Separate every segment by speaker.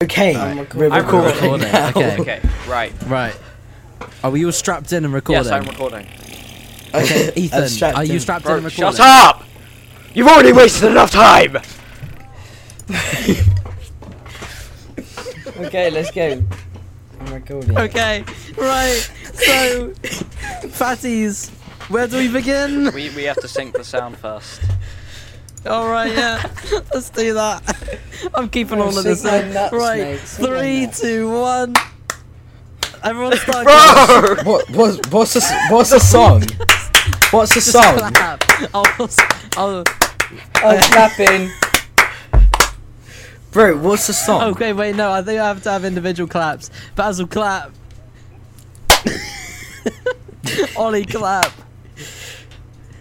Speaker 1: Okay,
Speaker 2: Alright.
Speaker 1: we're
Speaker 2: I'm
Speaker 1: recording.
Speaker 2: recording,
Speaker 1: now.
Speaker 2: okay.
Speaker 3: Okay, right.
Speaker 2: Right. Are we all strapped in and recording?
Speaker 3: Yes, I'm recording.
Speaker 2: Oh, Okay,
Speaker 1: I'm
Speaker 2: Ethan,
Speaker 1: strapped
Speaker 2: are you
Speaker 1: in.
Speaker 2: strapped in
Speaker 3: Bro,
Speaker 2: and recording?
Speaker 3: shut up! You've already wasted enough time!
Speaker 1: Okay, let's go. I'm recording.
Speaker 2: Okay, right. So, fatties, where do we begin?
Speaker 3: We, we have to sync the sound first.
Speaker 2: All right, yeah, let's do that. I'm keeping all of this
Speaker 1: Sigma
Speaker 2: in.
Speaker 1: nuts,
Speaker 2: Right,
Speaker 1: mate, Sigma
Speaker 2: three,
Speaker 1: nuts.
Speaker 2: two, one. Everyone start.
Speaker 3: Bro!
Speaker 4: What what's what's a s- what's a song? What's a song?
Speaker 2: clap. I'll, I'll,
Speaker 1: I'm clapping.
Speaker 4: Bro, what's a song?
Speaker 2: okay, wait, no, I think I have to have individual claps. Basil, clap. Ollie, clap.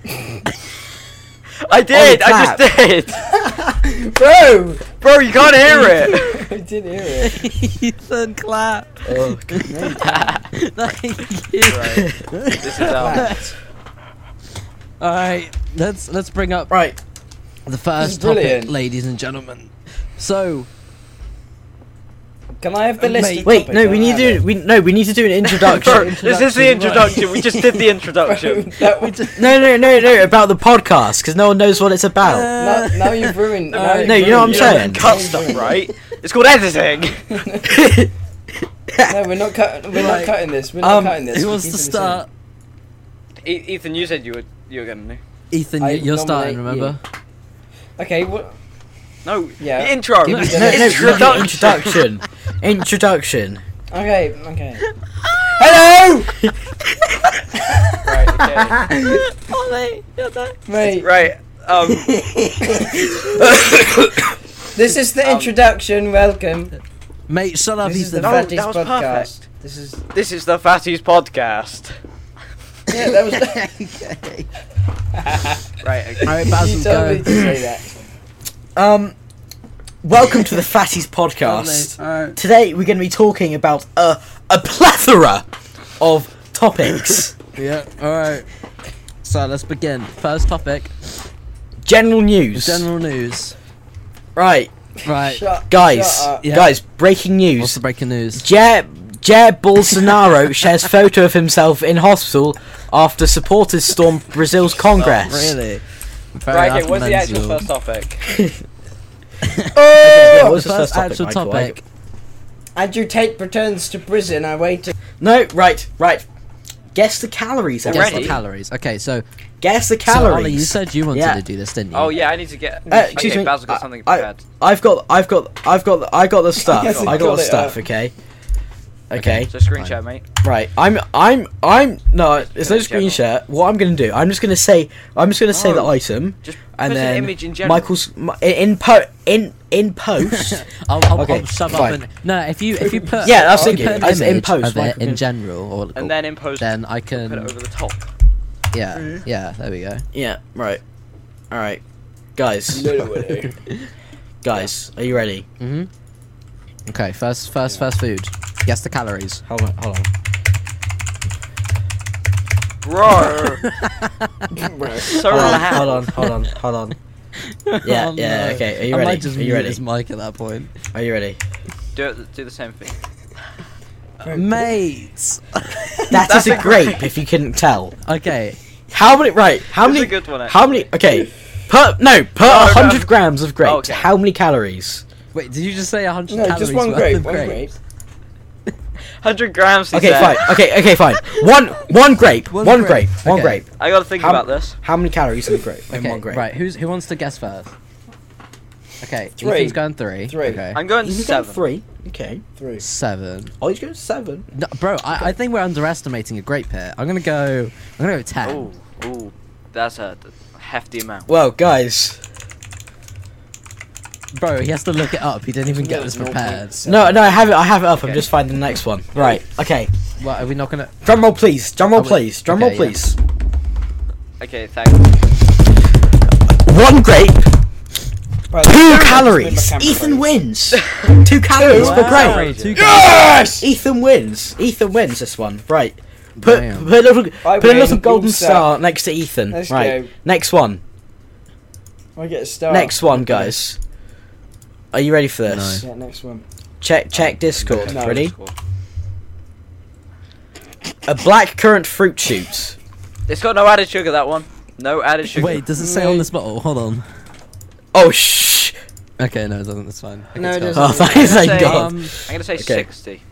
Speaker 3: I did!
Speaker 4: Ollie,
Speaker 3: I just did!
Speaker 1: Bro!
Speaker 3: Bro, you can't hear it!
Speaker 1: I didn't hear it.
Speaker 2: Ethan, clap.
Speaker 4: Oh,
Speaker 2: Thank you.
Speaker 3: Right. This is our.
Speaker 2: All right, let's let's bring up
Speaker 4: right.
Speaker 2: the first
Speaker 1: brilliant.
Speaker 2: topic, ladies and gentlemen. So,
Speaker 1: Can I have the list?
Speaker 2: Mate,
Speaker 1: of
Speaker 4: Wait,
Speaker 1: topics?
Speaker 4: no,
Speaker 1: I
Speaker 4: we need
Speaker 1: have
Speaker 4: to
Speaker 1: it.
Speaker 4: we no, we need to do an
Speaker 3: Bro,
Speaker 4: introduction.
Speaker 3: this is the introduction. We just did the introduction.
Speaker 1: That was-
Speaker 4: no, no, no, no, about the podcast cuz no one knows what it's about.
Speaker 1: now, now you've ruined.
Speaker 2: Uh,
Speaker 1: now you've
Speaker 4: no, you know what I'm
Speaker 1: ruined
Speaker 3: You
Speaker 1: it.
Speaker 4: saying.
Speaker 3: don't cut stuff, right? It's called editing!
Speaker 1: No, we're not cutting. We're
Speaker 2: Right.
Speaker 1: not cutting this. We're not
Speaker 2: um,
Speaker 1: cutting this.
Speaker 2: who
Speaker 1: we're
Speaker 2: wants to
Speaker 1: keeping this in.
Speaker 2: start?
Speaker 3: E- Ethan, you said you were, you were gonna do.
Speaker 2: Ethan, you,
Speaker 1: I
Speaker 2: you're starting.
Speaker 1: nominate
Speaker 2: Remember?
Speaker 1: Okay. What?
Speaker 3: No,
Speaker 1: Yeah.
Speaker 3: the intro!
Speaker 2: Give
Speaker 4: No,
Speaker 2: me
Speaker 4: no, no, we need an
Speaker 3: introduction!
Speaker 4: introduction. Introduction.
Speaker 1: Okay. Okay.
Speaker 4: Hello!
Speaker 3: right,
Speaker 2: Ollie, you're done.
Speaker 1: Mate,
Speaker 3: okay. Right, um.
Speaker 1: this is the
Speaker 3: Um,
Speaker 1: introduction. Welcome.
Speaker 2: Mate, shut up,
Speaker 1: This is the
Speaker 3: No,
Speaker 2: Ethan.
Speaker 3: that
Speaker 1: Fatties
Speaker 3: was
Speaker 1: podcast.
Speaker 3: perfect.
Speaker 1: This is.
Speaker 3: This is the Fatties podcast.
Speaker 1: Yeah, that was.
Speaker 3: Right, okay.
Speaker 2: All right,
Speaker 1: you
Speaker 2: Basil,
Speaker 1: told me
Speaker 2: go.
Speaker 1: to say that.
Speaker 4: Um welcome to the Fatties podcast.
Speaker 2: Ollie, all right.
Speaker 4: Today we're going to be talking about a a plethora of topics.
Speaker 2: Yeah. All right. So let's begin. First topic:
Speaker 4: General news.
Speaker 2: general news.
Speaker 4: Right,
Speaker 2: Right.
Speaker 1: Shut,
Speaker 4: guys,
Speaker 1: Shut up.
Speaker 2: Yeah.
Speaker 4: guys, breaking
Speaker 2: What's
Speaker 4: news.
Speaker 2: the breaking news?
Speaker 4: Jair, Jair Bolsonaro shares photo of himself in hospital after supporters storm Brazil's Congress.
Speaker 2: Really? Very
Speaker 3: Right, okay, what's the actual
Speaker 2: unmental.
Speaker 3: first topic?
Speaker 4: Okay,
Speaker 2: The
Speaker 4: what's the first
Speaker 2: first
Speaker 4: topic,
Speaker 2: actual
Speaker 4: Michael?
Speaker 2: topic.
Speaker 1: Andrew Tate returns to prison. I waited.
Speaker 4: No, right, right. Guess the calories,
Speaker 3: Guess
Speaker 2: Guess
Speaker 4: everybody.
Speaker 2: the
Speaker 3: Ready?
Speaker 2: calories. Okay, so,
Speaker 4: Guess the
Speaker 2: so Ollie, you
Speaker 4: calories.
Speaker 2: said you wanted
Speaker 4: Yeah.
Speaker 2: to do this, didn't you?
Speaker 3: Oh yeah, I need to get.
Speaker 4: Uh, excuse
Speaker 3: okay,
Speaker 4: me,
Speaker 3: Basil
Speaker 4: I-
Speaker 3: got something
Speaker 4: I-
Speaker 3: prepared.
Speaker 4: I've got, I've got, I've got, I got the stuff.
Speaker 1: Yes,
Speaker 4: I
Speaker 1: you
Speaker 4: got
Speaker 1: got
Speaker 4: the
Speaker 1: it
Speaker 4: stuff.
Speaker 1: up.
Speaker 4: Okay. Okay.
Speaker 3: so screen share, mate.
Speaker 4: Right. I'm, I'm, I'm. No, it's no
Speaker 3: in general.
Speaker 4: screen share. What I'm gonna do? I'm just gonna say, I'm just gonna say the
Speaker 3: No.
Speaker 4: item.
Speaker 3: Just
Speaker 4: and
Speaker 3: put
Speaker 4: then
Speaker 3: an image in general.
Speaker 4: Michael's mi- in po- in in post.
Speaker 2: I'll, I'll,
Speaker 4: Okay,
Speaker 2: I'll shove
Speaker 4: fine.
Speaker 2: up and no. If you if you put
Speaker 4: Yeah, I was
Speaker 2: if you
Speaker 4: thinking,
Speaker 2: put an
Speaker 4: as in
Speaker 2: image
Speaker 4: post,
Speaker 2: of it
Speaker 4: like,
Speaker 2: in general, or,
Speaker 3: and then in post,
Speaker 2: then I
Speaker 3: put it over
Speaker 2: can
Speaker 3: the top.
Speaker 2: yeah yeah there we go.
Speaker 4: yeah, right. All right, guys,
Speaker 1: Literally.
Speaker 4: guys, are you ready?
Speaker 2: hmm Okay, first first first food. Guess the calories.
Speaker 4: Hold on, hold on.
Speaker 3: Bro, so
Speaker 4: Hold on,
Speaker 3: loud.
Speaker 4: hold on, hold on, hold on. Oh, Yeah, yeah, okay, are you
Speaker 2: Oh, I
Speaker 4: ready?
Speaker 2: might just
Speaker 4: Are you
Speaker 2: mute
Speaker 4: ready?
Speaker 2: his mic at that point.
Speaker 4: Are you ready?
Speaker 3: Do it, do the same thing.
Speaker 2: Mate.
Speaker 4: That
Speaker 3: That's
Speaker 4: is a
Speaker 3: a grape.
Speaker 4: grape. If you couldn't tell,
Speaker 2: okay.
Speaker 4: how many? Right, how
Speaker 3: That's
Speaker 4: many?
Speaker 3: a good one,
Speaker 4: how many? Okay, per no per
Speaker 3: No, no.
Speaker 4: hundred grams of grapes.
Speaker 3: Okay.
Speaker 4: How many calories?
Speaker 2: Wait, did you just say 100
Speaker 1: no,
Speaker 2: calories
Speaker 1: just one
Speaker 2: worth
Speaker 1: grape.
Speaker 2: of
Speaker 1: One
Speaker 2: grape?
Speaker 1: grape.
Speaker 3: Hundred grams. he
Speaker 4: Okay,
Speaker 3: said.
Speaker 4: fine. Okay, okay, fine. One one grape.
Speaker 2: One
Speaker 4: One,
Speaker 2: grape.
Speaker 4: grape. One
Speaker 2: Okay.
Speaker 4: grape.
Speaker 3: I gotta think
Speaker 4: How-
Speaker 3: about this.
Speaker 4: How many calories in a grape? In
Speaker 2: Okay,
Speaker 4: one grape.
Speaker 2: right. Who's who wants to guess first? Okay,
Speaker 1: Three.
Speaker 2: Ethan's going three.
Speaker 1: Three.
Speaker 2: Okay.
Speaker 3: I'm going
Speaker 4: You've got
Speaker 3: seven.
Speaker 4: three. Okay.
Speaker 1: Three.
Speaker 2: Seven.
Speaker 4: Oh, he's going seven.
Speaker 2: No, bro, I, I think we're underestimating a grape here. I'm gonna go. I'm gonna go ten.
Speaker 4: Oh.
Speaker 3: Ooh, ooh, that's a hefty amount.
Speaker 4: Well, guys.
Speaker 2: Bro, he has to look it up. He didn't even get
Speaker 1: No,
Speaker 2: this
Speaker 1: no
Speaker 2: prepared.
Speaker 4: No, no, I have it. I have it up.
Speaker 3: Okay.
Speaker 4: I'm just finding the next one. Right. Okay.
Speaker 2: What are we not gonna?
Speaker 4: Drum roll, please. Drum roll,
Speaker 2: Oh, wait.
Speaker 4: please. Drum roll,
Speaker 2: Okay, yeah.
Speaker 4: please.
Speaker 3: Okay, thanks.
Speaker 4: One grape,
Speaker 1: Bro,
Speaker 4: two
Speaker 1: that's
Speaker 4: calories.
Speaker 1: been my camera
Speaker 4: Ethan
Speaker 1: phone.
Speaker 4: wins. two calories per
Speaker 3: Wow.
Speaker 4: grape.
Speaker 2: Two
Speaker 1: Yes.
Speaker 4: Ethan wins. Ethan wins this one. Right. Put
Speaker 2: Damn.
Speaker 4: put a little
Speaker 1: I
Speaker 4: put a little
Speaker 1: win.
Speaker 4: golden
Speaker 1: You're set.
Speaker 4: star next to Ethan.
Speaker 1: Let's
Speaker 4: right.
Speaker 1: go. Oh,
Speaker 4: Next one.
Speaker 1: I get a star.
Speaker 4: Next one, guys. Are you ready for this?
Speaker 1: Yeah, next one.
Speaker 4: Check check Discord.
Speaker 1: No.
Speaker 4: Ready? A black currant fruit shoot.
Speaker 3: It's got no added sugar, that one. No added sugar.
Speaker 2: Wait, does it say on this bottle? Hold on.
Speaker 4: Oh shh!
Speaker 2: Okay, no, it doesn't. That's fine. Okay,
Speaker 1: No,
Speaker 2: it's
Speaker 1: it
Speaker 2: gone.
Speaker 1: doesn't.
Speaker 4: Oh, thank,
Speaker 3: Say,
Speaker 4: thank God.
Speaker 2: Um,
Speaker 3: I'm gonna say
Speaker 4: Okay.
Speaker 3: 60.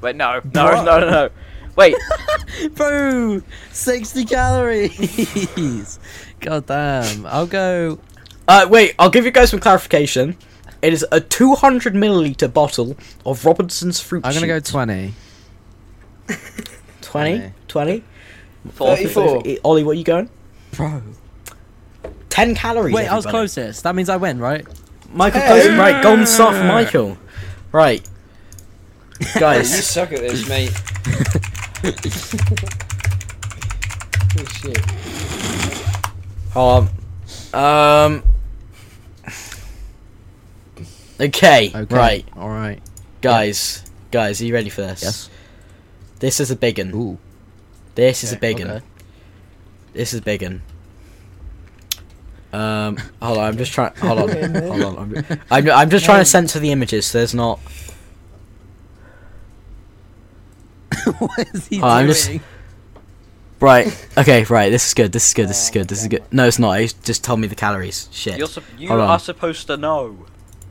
Speaker 3: Wait, no, no, no, no, no. Wait,
Speaker 2: Bro, 60 calories. God damn. I'll go.
Speaker 4: Uh, wait, I'll give you guys some clarification. It is a 200 milliliter bottle of Robinson's fruit.
Speaker 2: I'm gonna go
Speaker 4: shoot.
Speaker 2: 20.
Speaker 4: 20, 20.
Speaker 3: 40.
Speaker 1: 34.
Speaker 4: Eh, Ollie, what are you going?
Speaker 2: Bro.
Speaker 4: 10 calories.
Speaker 2: Wait, I was
Speaker 4: everybody.
Speaker 2: closest. That means I win, right?
Speaker 4: Michael
Speaker 1: Hey.
Speaker 4: close. Right, golden star for Michael. Right.
Speaker 1: You
Speaker 4: Guys,
Speaker 1: suck at this, mate. oh shit.
Speaker 4: hold on. Um. Okay, right.
Speaker 2: Alright.
Speaker 4: Guys, guys, are you ready for this?
Speaker 2: Yes.
Speaker 4: This is a big one.
Speaker 2: Ooh.
Speaker 4: This is a
Speaker 2: Okay,
Speaker 4: big one.
Speaker 2: okay.
Speaker 4: This is a big one. Um, hold on, I'm just trying. Hold on, hold on. I'm, ju- I'm, I'm just trying to censor the images so there's not.
Speaker 2: what is he
Speaker 4: Oh, I'm just-
Speaker 2: doing?
Speaker 4: Right. Okay. Right. This is good. This is good. This is good. This is good. No, it's not. It's just tell me the calories. Shit.
Speaker 3: You're sup- you
Speaker 4: Hold on.
Speaker 3: are supposed to know.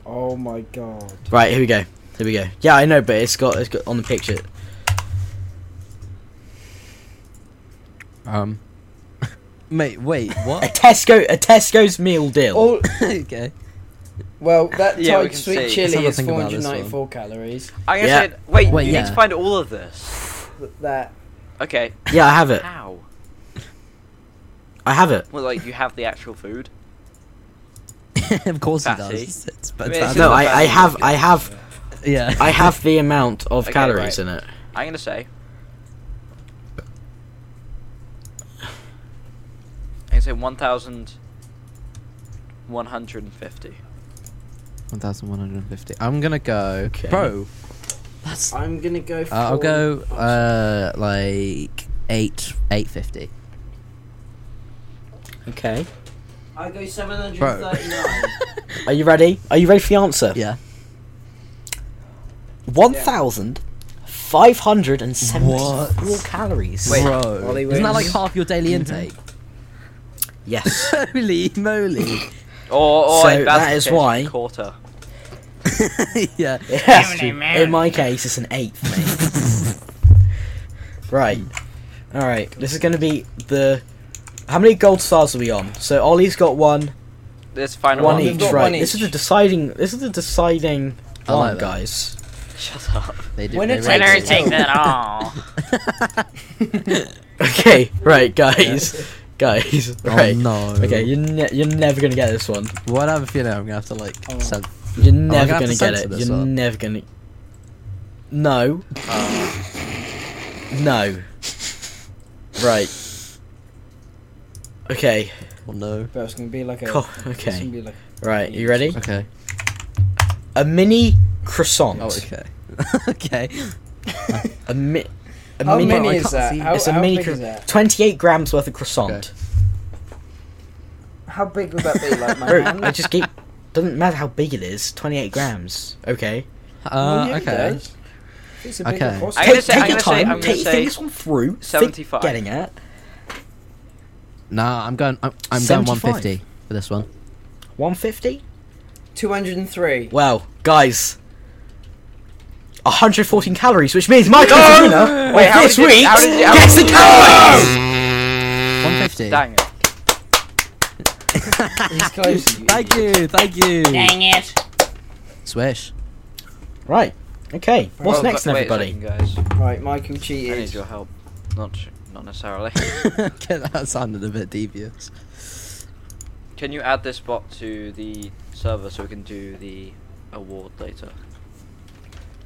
Speaker 1: Oh my god.
Speaker 4: Right. Here we go. Here we go. Yeah, I know, but it's got it's got on the picture.
Speaker 2: Um. Mate, wait,
Speaker 4: A
Speaker 2: what?
Speaker 4: Tesco a Tesco's meal deal.
Speaker 1: All
Speaker 2: okay.
Speaker 1: well, that
Speaker 3: Yeah, we
Speaker 1: Thai
Speaker 3: can
Speaker 1: sweet
Speaker 3: see.
Speaker 2: Let's have
Speaker 1: chili
Speaker 2: a
Speaker 1: is
Speaker 2: think about this
Speaker 1: 494 calories.
Speaker 3: I'm gonna
Speaker 4: Yeah.
Speaker 3: say. Wait,
Speaker 2: Wait,
Speaker 3: you need
Speaker 2: yeah.
Speaker 3: to find all of this.
Speaker 1: Th- That
Speaker 3: Okay,
Speaker 4: Yeah, I have it.
Speaker 3: how?
Speaker 4: I have it.
Speaker 3: Well, like you have the actual food.
Speaker 2: of course he
Speaker 3: Fatty.
Speaker 2: does. It's, but
Speaker 3: mean, it's
Speaker 4: No,
Speaker 3: not
Speaker 4: I,
Speaker 3: bad.
Speaker 4: I have I have
Speaker 2: yeah.
Speaker 4: I have the amount of
Speaker 3: Okay,
Speaker 4: calories in
Speaker 3: right.
Speaker 4: it.
Speaker 3: I'm gonna say. I'm gonna say 1,150.
Speaker 2: 1,150. I'm gonna go.
Speaker 4: Okay.
Speaker 2: Bro. That's. Uh,
Speaker 1: I'm gonna go. For
Speaker 2: I'll go, uh, like. 8 850.
Speaker 4: Okay.
Speaker 1: I go 739.
Speaker 2: 739.
Speaker 4: Are you ready? Are you ready for the answer?
Speaker 2: Yeah.
Speaker 4: One thousand five hundred and seventy-four
Speaker 2: What?
Speaker 4: calories.
Speaker 3: Wait.
Speaker 2: Bro.
Speaker 1: Ollie
Speaker 2: Isn't that like
Speaker 1: wins.
Speaker 2: half your daily intake?
Speaker 4: Yes.
Speaker 2: Holy moly.
Speaker 3: Or, or
Speaker 4: So
Speaker 3: if that's
Speaker 4: that
Speaker 3: the
Speaker 4: is
Speaker 3: case,
Speaker 4: why-
Speaker 3: a quarter.
Speaker 2: yeah.
Speaker 4: It has to. In my case, it's an eighth, mate. right. All right. This is going to be the. How many gold stars are we on? So Ollie's got one,
Speaker 3: This final
Speaker 4: one
Speaker 3: one.
Speaker 1: We've
Speaker 4: each.
Speaker 1: got
Speaker 4: Right.
Speaker 1: one
Speaker 4: This is the
Speaker 1: each.
Speaker 4: deciding. This is the deciding
Speaker 2: I
Speaker 4: one,
Speaker 2: like that.
Speaker 4: guys.
Speaker 3: Shut up.
Speaker 2: They do.
Speaker 1: When
Speaker 2: they Oh,
Speaker 1: it
Speaker 2: really
Speaker 1: takes-
Speaker 2: do.
Speaker 1: take that
Speaker 3: all.
Speaker 4: Okay. Right, guys. guys. Right.
Speaker 2: Oh, no.
Speaker 4: Okay. You're ne- you're never gonna get this one.
Speaker 2: What I have a feeling I'm gonna have to like.
Speaker 1: Oh.
Speaker 2: send-
Speaker 4: You're
Speaker 2: gonna
Speaker 4: never
Speaker 2: have
Speaker 4: gonna
Speaker 2: to
Speaker 4: get
Speaker 2: censor
Speaker 4: it.
Speaker 2: this
Speaker 4: You're
Speaker 2: one?
Speaker 4: never gonna. No. No. Right. Okay.
Speaker 2: Oh no.
Speaker 1: But it's gonna be like a.
Speaker 4: Co-
Speaker 1: it's gonna
Speaker 4: okay.
Speaker 1: be like-
Speaker 4: Right. You ready?
Speaker 2: Okay.
Speaker 4: A mini croissant.
Speaker 2: Oh okay. okay.
Speaker 4: A, mi- a
Speaker 1: How
Speaker 4: mini.
Speaker 1: many
Speaker 2: I
Speaker 1: is
Speaker 2: can't
Speaker 1: that?
Speaker 2: see.
Speaker 1: How,
Speaker 4: it's a
Speaker 1: how
Speaker 4: mini.
Speaker 1: big
Speaker 4: cro-
Speaker 1: is that?
Speaker 4: Twenty-eight grams worth of croissant.
Speaker 1: How big would that be? Like my
Speaker 4: Bro,
Speaker 1: hand?
Speaker 4: I just keep. Doesn't matter how big it is. Twenty-eight grams. Okay.
Speaker 2: Uh,
Speaker 1: yeah, it
Speaker 2: okay.
Speaker 1: does. It's a big
Speaker 2: Okay.
Speaker 1: cross-
Speaker 3: I'm gonna
Speaker 4: Take,
Speaker 3: say-
Speaker 4: take
Speaker 3: I'm
Speaker 4: your
Speaker 3: gonna say-
Speaker 4: time.
Speaker 3: I'm gonna
Speaker 4: take
Speaker 3: say
Speaker 4: think this one through. Think
Speaker 3: 75.
Speaker 4: Getting at.
Speaker 2: Nah, I'm going. I'm, I'm going
Speaker 4: 75.
Speaker 2: 150 for this one.
Speaker 4: One fifty.
Speaker 1: 203.
Speaker 4: Wow, guys. 114 calories, which means Michael's the winner of
Speaker 3: Wait, how
Speaker 4: this
Speaker 3: did you-
Speaker 4: week
Speaker 3: how did you- how
Speaker 4: gets the
Speaker 3: did you-
Speaker 4: calories!
Speaker 2: 150.
Speaker 3: Dang it.
Speaker 1: He's close. you
Speaker 2: Thank
Speaker 1: idiot.
Speaker 2: you. Thank you.
Speaker 5: Dang it.
Speaker 2: Swish.
Speaker 4: Right, okay. What's
Speaker 3: Well,
Speaker 4: next
Speaker 3: but
Speaker 4: then,
Speaker 3: wait a
Speaker 4: everybody?
Speaker 3: second, guys.
Speaker 1: Right, Michael
Speaker 3: I need your
Speaker 1: cheated.
Speaker 3: help. Not sh- not necessarily.
Speaker 2: okay, that sounded a bit devious.
Speaker 3: can you add this bot to the server so we can do the award later?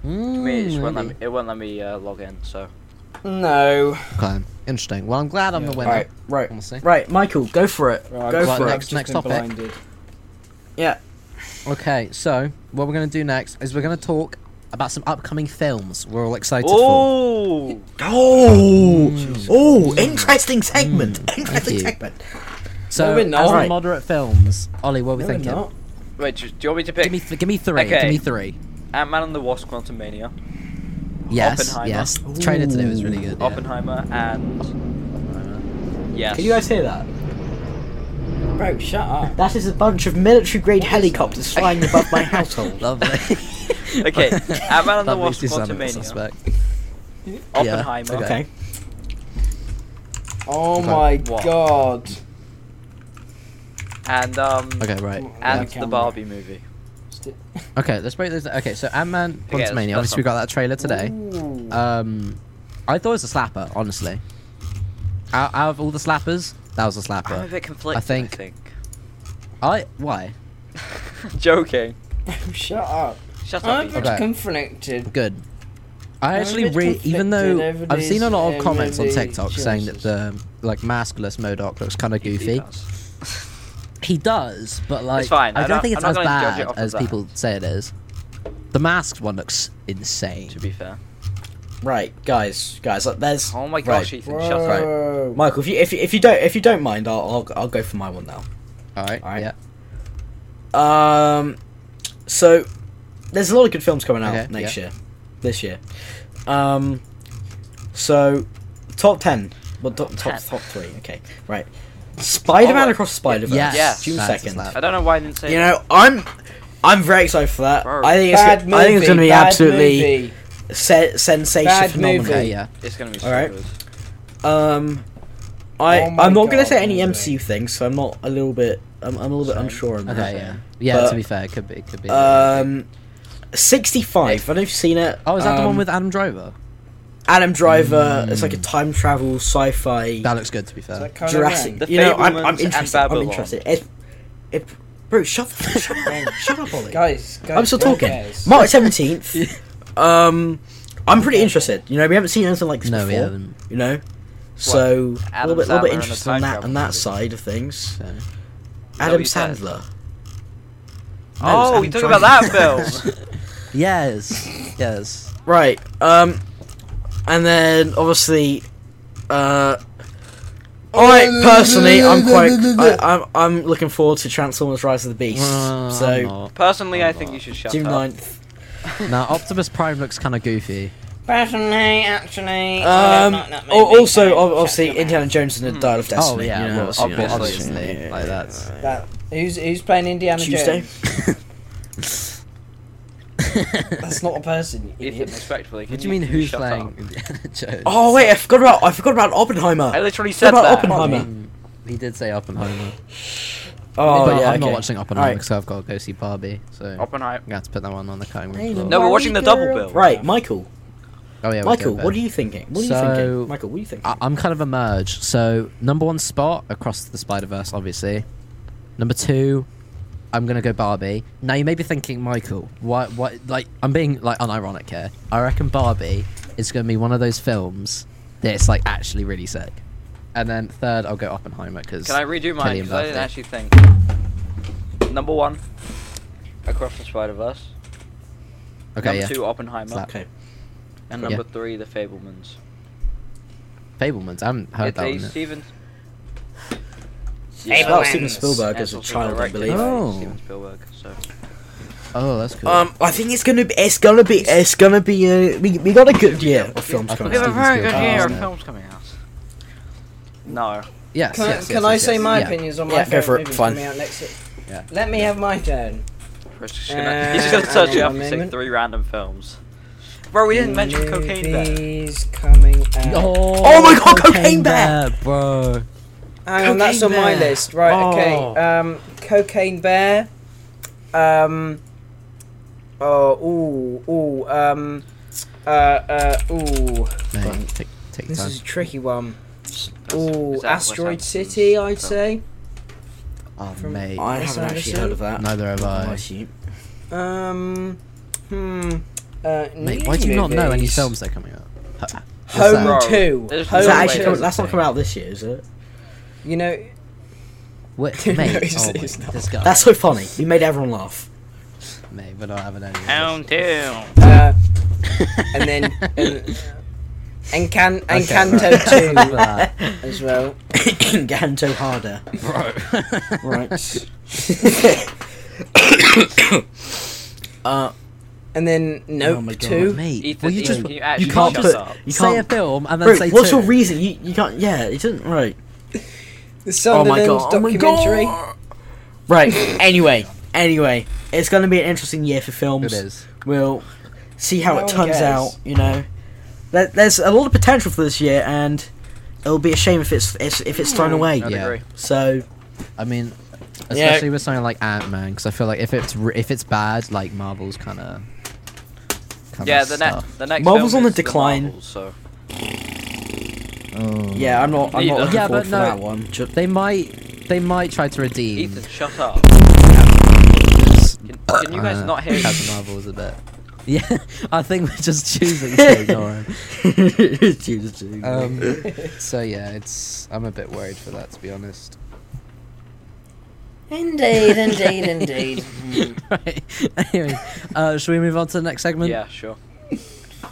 Speaker 3: I mean, it, just won't let me,
Speaker 2: Mm,
Speaker 3: it won't let me uh, log in, so.
Speaker 1: No.
Speaker 2: okay. Interesting. Well, I'm glad I'm the winner.
Speaker 4: Right, right,
Speaker 2: Honestly.
Speaker 4: right. Michael, go for it.
Speaker 1: Right,
Speaker 4: go
Speaker 1: I've
Speaker 4: for it.
Speaker 2: next-
Speaker 1: just
Speaker 2: next
Speaker 1: been
Speaker 2: topic.
Speaker 1: blinded.
Speaker 2: Okay. So what we're gonna do next is we're gonna talk about some upcoming films we're all excited for.
Speaker 3: Oh!
Speaker 4: Oh, oh, interesting segment.
Speaker 3: Mm.
Speaker 4: interesting
Speaker 2: you.
Speaker 4: segment.
Speaker 2: So
Speaker 1: No, we're not.
Speaker 2: as the
Speaker 4: Right.
Speaker 2: moderate films, Ollie, what are we
Speaker 1: No, we're
Speaker 2: thinking?
Speaker 1: not.
Speaker 3: Wait, do, do you want me to
Speaker 2: Give me,
Speaker 3: pick?
Speaker 2: th- give me three.
Speaker 3: Okay.
Speaker 2: Give me three.
Speaker 3: Ant Man and the Wasp: Quantum Mania,
Speaker 2: Yes,
Speaker 3: Oppenheimer.
Speaker 2: yes. The trailer today was really good. yeah.
Speaker 3: Oppenheimer, and yes.
Speaker 4: Can you guys hear that?
Speaker 1: Bro, shut up.
Speaker 4: That is a bunch of military grade helicopters flying above my household.
Speaker 2: Lovely.
Speaker 3: Okay, Ant Man and the
Speaker 2: That
Speaker 3: Wasp:
Speaker 2: makes you sound a bit
Speaker 3: Quantumania,
Speaker 2: suspect.
Speaker 3: Oppenheimer,
Speaker 2: okay.
Speaker 4: Okay.
Speaker 1: Oh
Speaker 2: Okay.
Speaker 1: my
Speaker 3: What?
Speaker 1: god.
Speaker 3: and um,
Speaker 2: Okay, right.
Speaker 3: and
Speaker 1: Okay.
Speaker 3: the Barbie movie.
Speaker 2: Okay, let's break this. Okay, so Ant Man
Speaker 3: Okay,
Speaker 2: Quantumania.
Speaker 3: that's- that's
Speaker 2: obviously, we got that trailer today.
Speaker 1: Ooh.
Speaker 4: Uh,
Speaker 2: Um, I thought it was a slapper, honestly. Out, out of all the slappers, that was a
Speaker 3: I'm a
Speaker 2: slapper.
Speaker 3: bit conflicted. I think.
Speaker 2: think- I why?
Speaker 3: Joking.
Speaker 1: Shut up.
Speaker 3: Shut up.
Speaker 1: I'm
Speaker 3: Ethan.
Speaker 1: a bit
Speaker 2: Okay.
Speaker 1: conflicted.
Speaker 2: Good. I
Speaker 1: I'm a
Speaker 2: actually
Speaker 1: bit
Speaker 2: re-
Speaker 1: conflicted
Speaker 2: even though
Speaker 1: over
Speaker 2: I've seen a
Speaker 1: these
Speaker 2: lot of comments on
Speaker 1: MLB
Speaker 2: TikTok saying that the like maskless Modoc looks kind of
Speaker 3: He- he
Speaker 2: goofy.
Speaker 3: does.
Speaker 2: He does, but like
Speaker 3: fine,
Speaker 2: I
Speaker 3: I'm
Speaker 2: don't
Speaker 3: not-
Speaker 2: think
Speaker 3: I'm
Speaker 2: it's
Speaker 3: not
Speaker 2: as
Speaker 3: gonna judge
Speaker 2: bad
Speaker 3: it off of
Speaker 2: as
Speaker 3: that.
Speaker 2: people say it is. The masked one looks insane.
Speaker 3: To be fair.
Speaker 4: Right, guys, guys. Like, there's.
Speaker 3: Oh my
Speaker 4: right.
Speaker 3: gosh, Ethan, shut up.
Speaker 1: Bro.
Speaker 4: Michael, if you if you, if you don't if you don't mind, I'll, I'll I'll go for my one now.
Speaker 2: All right,
Speaker 4: All right.
Speaker 2: yeah.
Speaker 4: Um, so there's a lot of good films coming out
Speaker 2: Okay,
Speaker 4: next year, this year. Um, so top ten, well, top top, top three. Okay, right. Spider-Man
Speaker 3: Oh,
Speaker 4: across Spider-Verse,
Speaker 2: yes,
Speaker 3: Yes.
Speaker 4: June
Speaker 2: that's a
Speaker 4: second.
Speaker 2: slap.
Speaker 3: I don't know why I didn't say
Speaker 4: You know, I'm I'm very excited for that.
Speaker 3: Bro.
Speaker 4: I think it's
Speaker 1: Bad
Speaker 4: gonna, I think it's going to
Speaker 1: movie,
Speaker 4: be
Speaker 1: bad
Speaker 4: absolutely
Speaker 1: movie.
Speaker 4: se- sensational.
Speaker 1: Bad
Speaker 4: phenomenal.
Speaker 1: movie.
Speaker 2: Okay, yeah.
Speaker 3: it's gonna be so
Speaker 4: Alright.
Speaker 3: good.
Speaker 4: Um, I
Speaker 1: Oh my
Speaker 4: I'm not going to
Speaker 1: God,
Speaker 4: say any
Speaker 1: movie.
Speaker 4: MCU things, so I'm not a little bit I'm, I'm a little bit
Speaker 3: Same.
Speaker 4: unsure on that.
Speaker 2: Okay, yeah. Yeah,
Speaker 4: But-
Speaker 2: to be fair, it could be it could be.
Speaker 4: Um, 65. I don't know if you've seen it.
Speaker 2: oh, is that the one
Speaker 4: Um,
Speaker 2: with Adam Driver?
Speaker 4: Adam Driver? It's like a time travel sci-fi
Speaker 2: That looks good to be fair.
Speaker 1: Is that Kylo
Speaker 4: Uh, Jurassic.
Speaker 1: Ren?
Speaker 3: The
Speaker 4: You know, I'm,
Speaker 3: Fablemans
Speaker 4: I'm
Speaker 3: and
Speaker 4: interested. I'm
Speaker 3: Babylon.
Speaker 4: interested. It, it, bro, shut the shut up, shut up, Ollie.
Speaker 1: Guys, guys,
Speaker 4: I'm still
Speaker 1: who
Speaker 4: talking.
Speaker 1: cares?
Speaker 4: March 17th. um, I'm pretty interested. You know, we haven't seen anything like this
Speaker 2: no, we
Speaker 4: before.
Speaker 2: haven't.
Speaker 4: You know, so a little bit,
Speaker 3: Adam
Speaker 4: little
Speaker 3: Sandler
Speaker 4: bit
Speaker 3: and a
Speaker 4: interested on
Speaker 3: time
Speaker 4: that
Speaker 3: travel
Speaker 4: on that
Speaker 3: movie.
Speaker 4: side of things.
Speaker 2: So.
Speaker 3: that
Speaker 4: Adam
Speaker 3: what you said?
Speaker 4: Sandler.
Speaker 2: No,
Speaker 3: Oh,
Speaker 2: it's
Speaker 3: you
Speaker 2: Adam
Speaker 3: talking about that film?
Speaker 2: Yes, yes.
Speaker 4: Right. Um, and then obviously, uh, I personally, I'm quite, I, I'm, I'm looking forward to Transformers: Rise of the Beast.
Speaker 2: Uh, I'm
Speaker 4: so uh,
Speaker 2: not.
Speaker 3: Personally, I
Speaker 2: I'm
Speaker 3: think you
Speaker 2: not.
Speaker 3: should shut
Speaker 4: June
Speaker 3: up.
Speaker 4: 9th.
Speaker 2: now Optimus Prime looks kind of goofy.
Speaker 1: Personally, actually.
Speaker 4: Um,
Speaker 1: no, Oh, not- not
Speaker 4: al-
Speaker 1: maybe.
Speaker 4: also,
Speaker 1: Shut
Speaker 4: ob- obviously,
Speaker 1: your mouth.
Speaker 4: Indiana Jones and the Dial of Destiny.
Speaker 2: oh yeah,
Speaker 4: you know,
Speaker 2: well,
Speaker 4: obviously, you know,
Speaker 2: obviously,
Speaker 4: yeah,
Speaker 2: like
Speaker 4: yeah,
Speaker 2: that's.
Speaker 1: That- Who's who's playing Indiana
Speaker 4: Tuesday.
Speaker 1: Jones? That's not a person. You
Speaker 3: Ethan,
Speaker 1: idiot.
Speaker 3: respectfully, can
Speaker 2: What do you mean?
Speaker 3: can
Speaker 2: Who's
Speaker 3: shut
Speaker 2: playing
Speaker 3: Up?
Speaker 2: Indiana Jones?
Speaker 4: Oh wait, I forgot about I forgot about Oppenheimer.
Speaker 3: I literally said
Speaker 4: about
Speaker 3: that.
Speaker 4: Oppenheimer?
Speaker 2: Mm, He did say Oppenheimer.
Speaker 4: oh
Speaker 2: but
Speaker 4: yeah,
Speaker 2: I'm not
Speaker 4: okay.
Speaker 2: watching Oppenheimer
Speaker 4: Right.
Speaker 2: because I've got to go see Barbie. So I'm
Speaker 3: Oppenheimer.
Speaker 2: gonna have to put that one on the cutting room
Speaker 4: Hey,
Speaker 2: floor.
Speaker 3: No, we're watching the double
Speaker 1: Girl.
Speaker 3: bill.
Speaker 4: Right, Michael.
Speaker 2: Oh yeah,
Speaker 4: Michael, what are you thinking? What are you
Speaker 2: So-
Speaker 4: thinking? Michael, what are you thinking?
Speaker 2: I- I'm kind of a merge. So number one spot across the Spider Verse, obviously. Number two, I'm gonna go Barbie. Now you may be thinking, Michael, why? What? Like I'm being like unironic here. I reckon Barbie is gonna be one of those films that's like actually really sick. And then third, I'll go Oppenheimer because
Speaker 3: Can I redo mine? Because I didn't actually think. Number one, Across the Spider Verse.
Speaker 2: Okay,
Speaker 3: number
Speaker 2: yeah.
Speaker 3: two, Oppenheimer.
Speaker 2: Slap.
Speaker 4: okay.
Speaker 3: And
Speaker 2: Yeah.
Speaker 3: number three, The Fablemans.
Speaker 2: Fablemans. I haven't heard
Speaker 3: it's
Speaker 2: that
Speaker 3: a
Speaker 2: one. yet.
Speaker 3: Steven.
Speaker 1: Hey,
Speaker 4: Well,
Speaker 1: Fablemans.
Speaker 4: Steven Spielberg as a
Speaker 3: also
Speaker 4: child, I
Speaker 3: directed
Speaker 4: believe.
Speaker 3: by
Speaker 2: Oh.
Speaker 3: Steven Spielberg. So.
Speaker 2: Oh, that's cool.
Speaker 4: Um, I think it's gonna be. It's gonna be. It's gonna be. Uh, we we got a good year of films
Speaker 2: I
Speaker 4: coming.
Speaker 2: forgot
Speaker 4: out.
Speaker 2: Steven Spielberg, isn't it?
Speaker 3: films coming out. No.
Speaker 2: yes.
Speaker 1: Can, I-
Speaker 2: yes,
Speaker 1: can
Speaker 2: yes,
Speaker 1: I
Speaker 2: yes,
Speaker 1: say
Speaker 2: yes.
Speaker 1: my
Speaker 2: Yeah.
Speaker 1: opinions on my
Speaker 4: Yeah, go
Speaker 1: favorite
Speaker 4: for it,
Speaker 1: movies
Speaker 4: fine.
Speaker 1: coming out next? year?
Speaker 2: Yeah.
Speaker 1: Let me have my turn.
Speaker 3: Chris is gonna-
Speaker 1: Uh,
Speaker 3: he's just gonna
Speaker 1: hang
Speaker 3: search it
Speaker 1: on
Speaker 3: up
Speaker 1: a
Speaker 3: and say
Speaker 1: moment.
Speaker 3: three random films. Bro, we didn't mention cocaine there.
Speaker 1: Movies coming out.
Speaker 2: Oh,
Speaker 4: Oh my God, Cocaine Bear!
Speaker 2: bro.
Speaker 1: Hang on, that's on
Speaker 4: Cocaine
Speaker 1: my
Speaker 4: Bear.
Speaker 1: list. Right,
Speaker 4: Oh.
Speaker 1: okay. Um, Cocaine Bear. Um. Oh, ooh, ooh, um. Uh, uh, ooh.
Speaker 2: Mate, take, take
Speaker 1: This
Speaker 2: time.
Speaker 1: is a tricky one.
Speaker 3: That's-
Speaker 1: Ooh,
Speaker 3: is that Wes
Speaker 1: Asteroid
Speaker 3: Anderson's
Speaker 1: City, I'd
Speaker 3: film?
Speaker 1: say.
Speaker 2: Oh,
Speaker 1: from-
Speaker 2: mate.
Speaker 4: I
Speaker 1: Wes
Speaker 4: haven't actually
Speaker 1: Anderson?
Speaker 4: heard of that.
Speaker 2: Neither have
Speaker 4: Oh, I
Speaker 2: I.
Speaker 4: see.
Speaker 1: Um. Hmm. Uh,
Speaker 2: Mate,
Speaker 1: new
Speaker 2: why do you not know any
Speaker 1: movies.
Speaker 2: films that are coming out? Huh. What's
Speaker 1: Home
Speaker 2: that?
Speaker 3: Bro,
Speaker 1: Two.
Speaker 3: there's
Speaker 1: Home
Speaker 4: Is
Speaker 3: no
Speaker 4: that
Speaker 3: way
Speaker 4: actually
Speaker 1: Two.
Speaker 3: there's
Speaker 4: coming, that's not coming out this year, is it?
Speaker 1: You know,
Speaker 2: What,
Speaker 1: No,
Speaker 2: mate,
Speaker 1: it's-
Speaker 2: oh my-
Speaker 1: it's not.
Speaker 2: this guy.
Speaker 4: That's so funny. You made everyone laugh.
Speaker 2: mate, but I haven't any.
Speaker 3: Home two.
Speaker 1: uh, and then and, and can and Canto
Speaker 2: two.
Speaker 1: Two as well.
Speaker 4: Ganto harder.
Speaker 2: Bro.
Speaker 4: Right. uh,
Speaker 1: and then Nope
Speaker 4: oh my God,
Speaker 1: two.
Speaker 4: mate.
Speaker 3: Ethan,
Speaker 4: well, you
Speaker 3: Ethan,
Speaker 4: just
Speaker 3: can you actually
Speaker 4: can't
Speaker 3: shut
Speaker 4: put
Speaker 3: up?
Speaker 4: you
Speaker 2: say a
Speaker 4: can't.
Speaker 2: film and then
Speaker 4: Bro,
Speaker 2: say
Speaker 4: what's
Speaker 2: two.
Speaker 4: your reason? You you can't. Yeah, it doesn't. Right.
Speaker 1: The
Speaker 4: Oh my
Speaker 1: Sunderland
Speaker 4: god. Oh my
Speaker 1: documentary.
Speaker 4: god. Right. anyway, anyway, it's going to be an interesting year for
Speaker 2: It
Speaker 4: films.
Speaker 2: is.
Speaker 4: We'll see how
Speaker 1: No
Speaker 4: it
Speaker 1: one
Speaker 4: turns
Speaker 1: cares.
Speaker 4: out. You know, there, there's a lot of potential for this year, and it'll be a shame if it's it's- if it's thrown away.
Speaker 3: I'd
Speaker 2: Yeah.
Speaker 3: agree.
Speaker 4: So
Speaker 2: I mean,
Speaker 4: Yeah.
Speaker 2: especially with something like Ant Man, because I feel like if it's re- if it's bad, like Marvel's kind of.
Speaker 3: Yeah, the next, the next.
Speaker 4: Marvel's
Speaker 3: film
Speaker 4: on the
Speaker 3: is
Speaker 4: decline.
Speaker 3: Marvels, so
Speaker 2: Oh.
Speaker 4: yeah, I'm not I'm not
Speaker 3: Neither.
Speaker 4: looking
Speaker 2: Yeah,
Speaker 4: forward
Speaker 2: but
Speaker 4: to
Speaker 2: no.
Speaker 4: that one. Ju-
Speaker 2: They might, they might try to redeem.
Speaker 3: Ethan, shut up. Can, can you guys
Speaker 2: uh,
Speaker 3: not hear me?
Speaker 2: Captain Marvel is a bit. Yeah, I think we're just choosing to ignore him.
Speaker 4: Jesus, Jesus.
Speaker 2: Um, so yeah, it's I'm a bit worried for that to be honest.
Speaker 1: Indeed, indeed, indeed.
Speaker 2: right. Anyway, uh, should we move on to the next segment?
Speaker 3: Yeah, sure.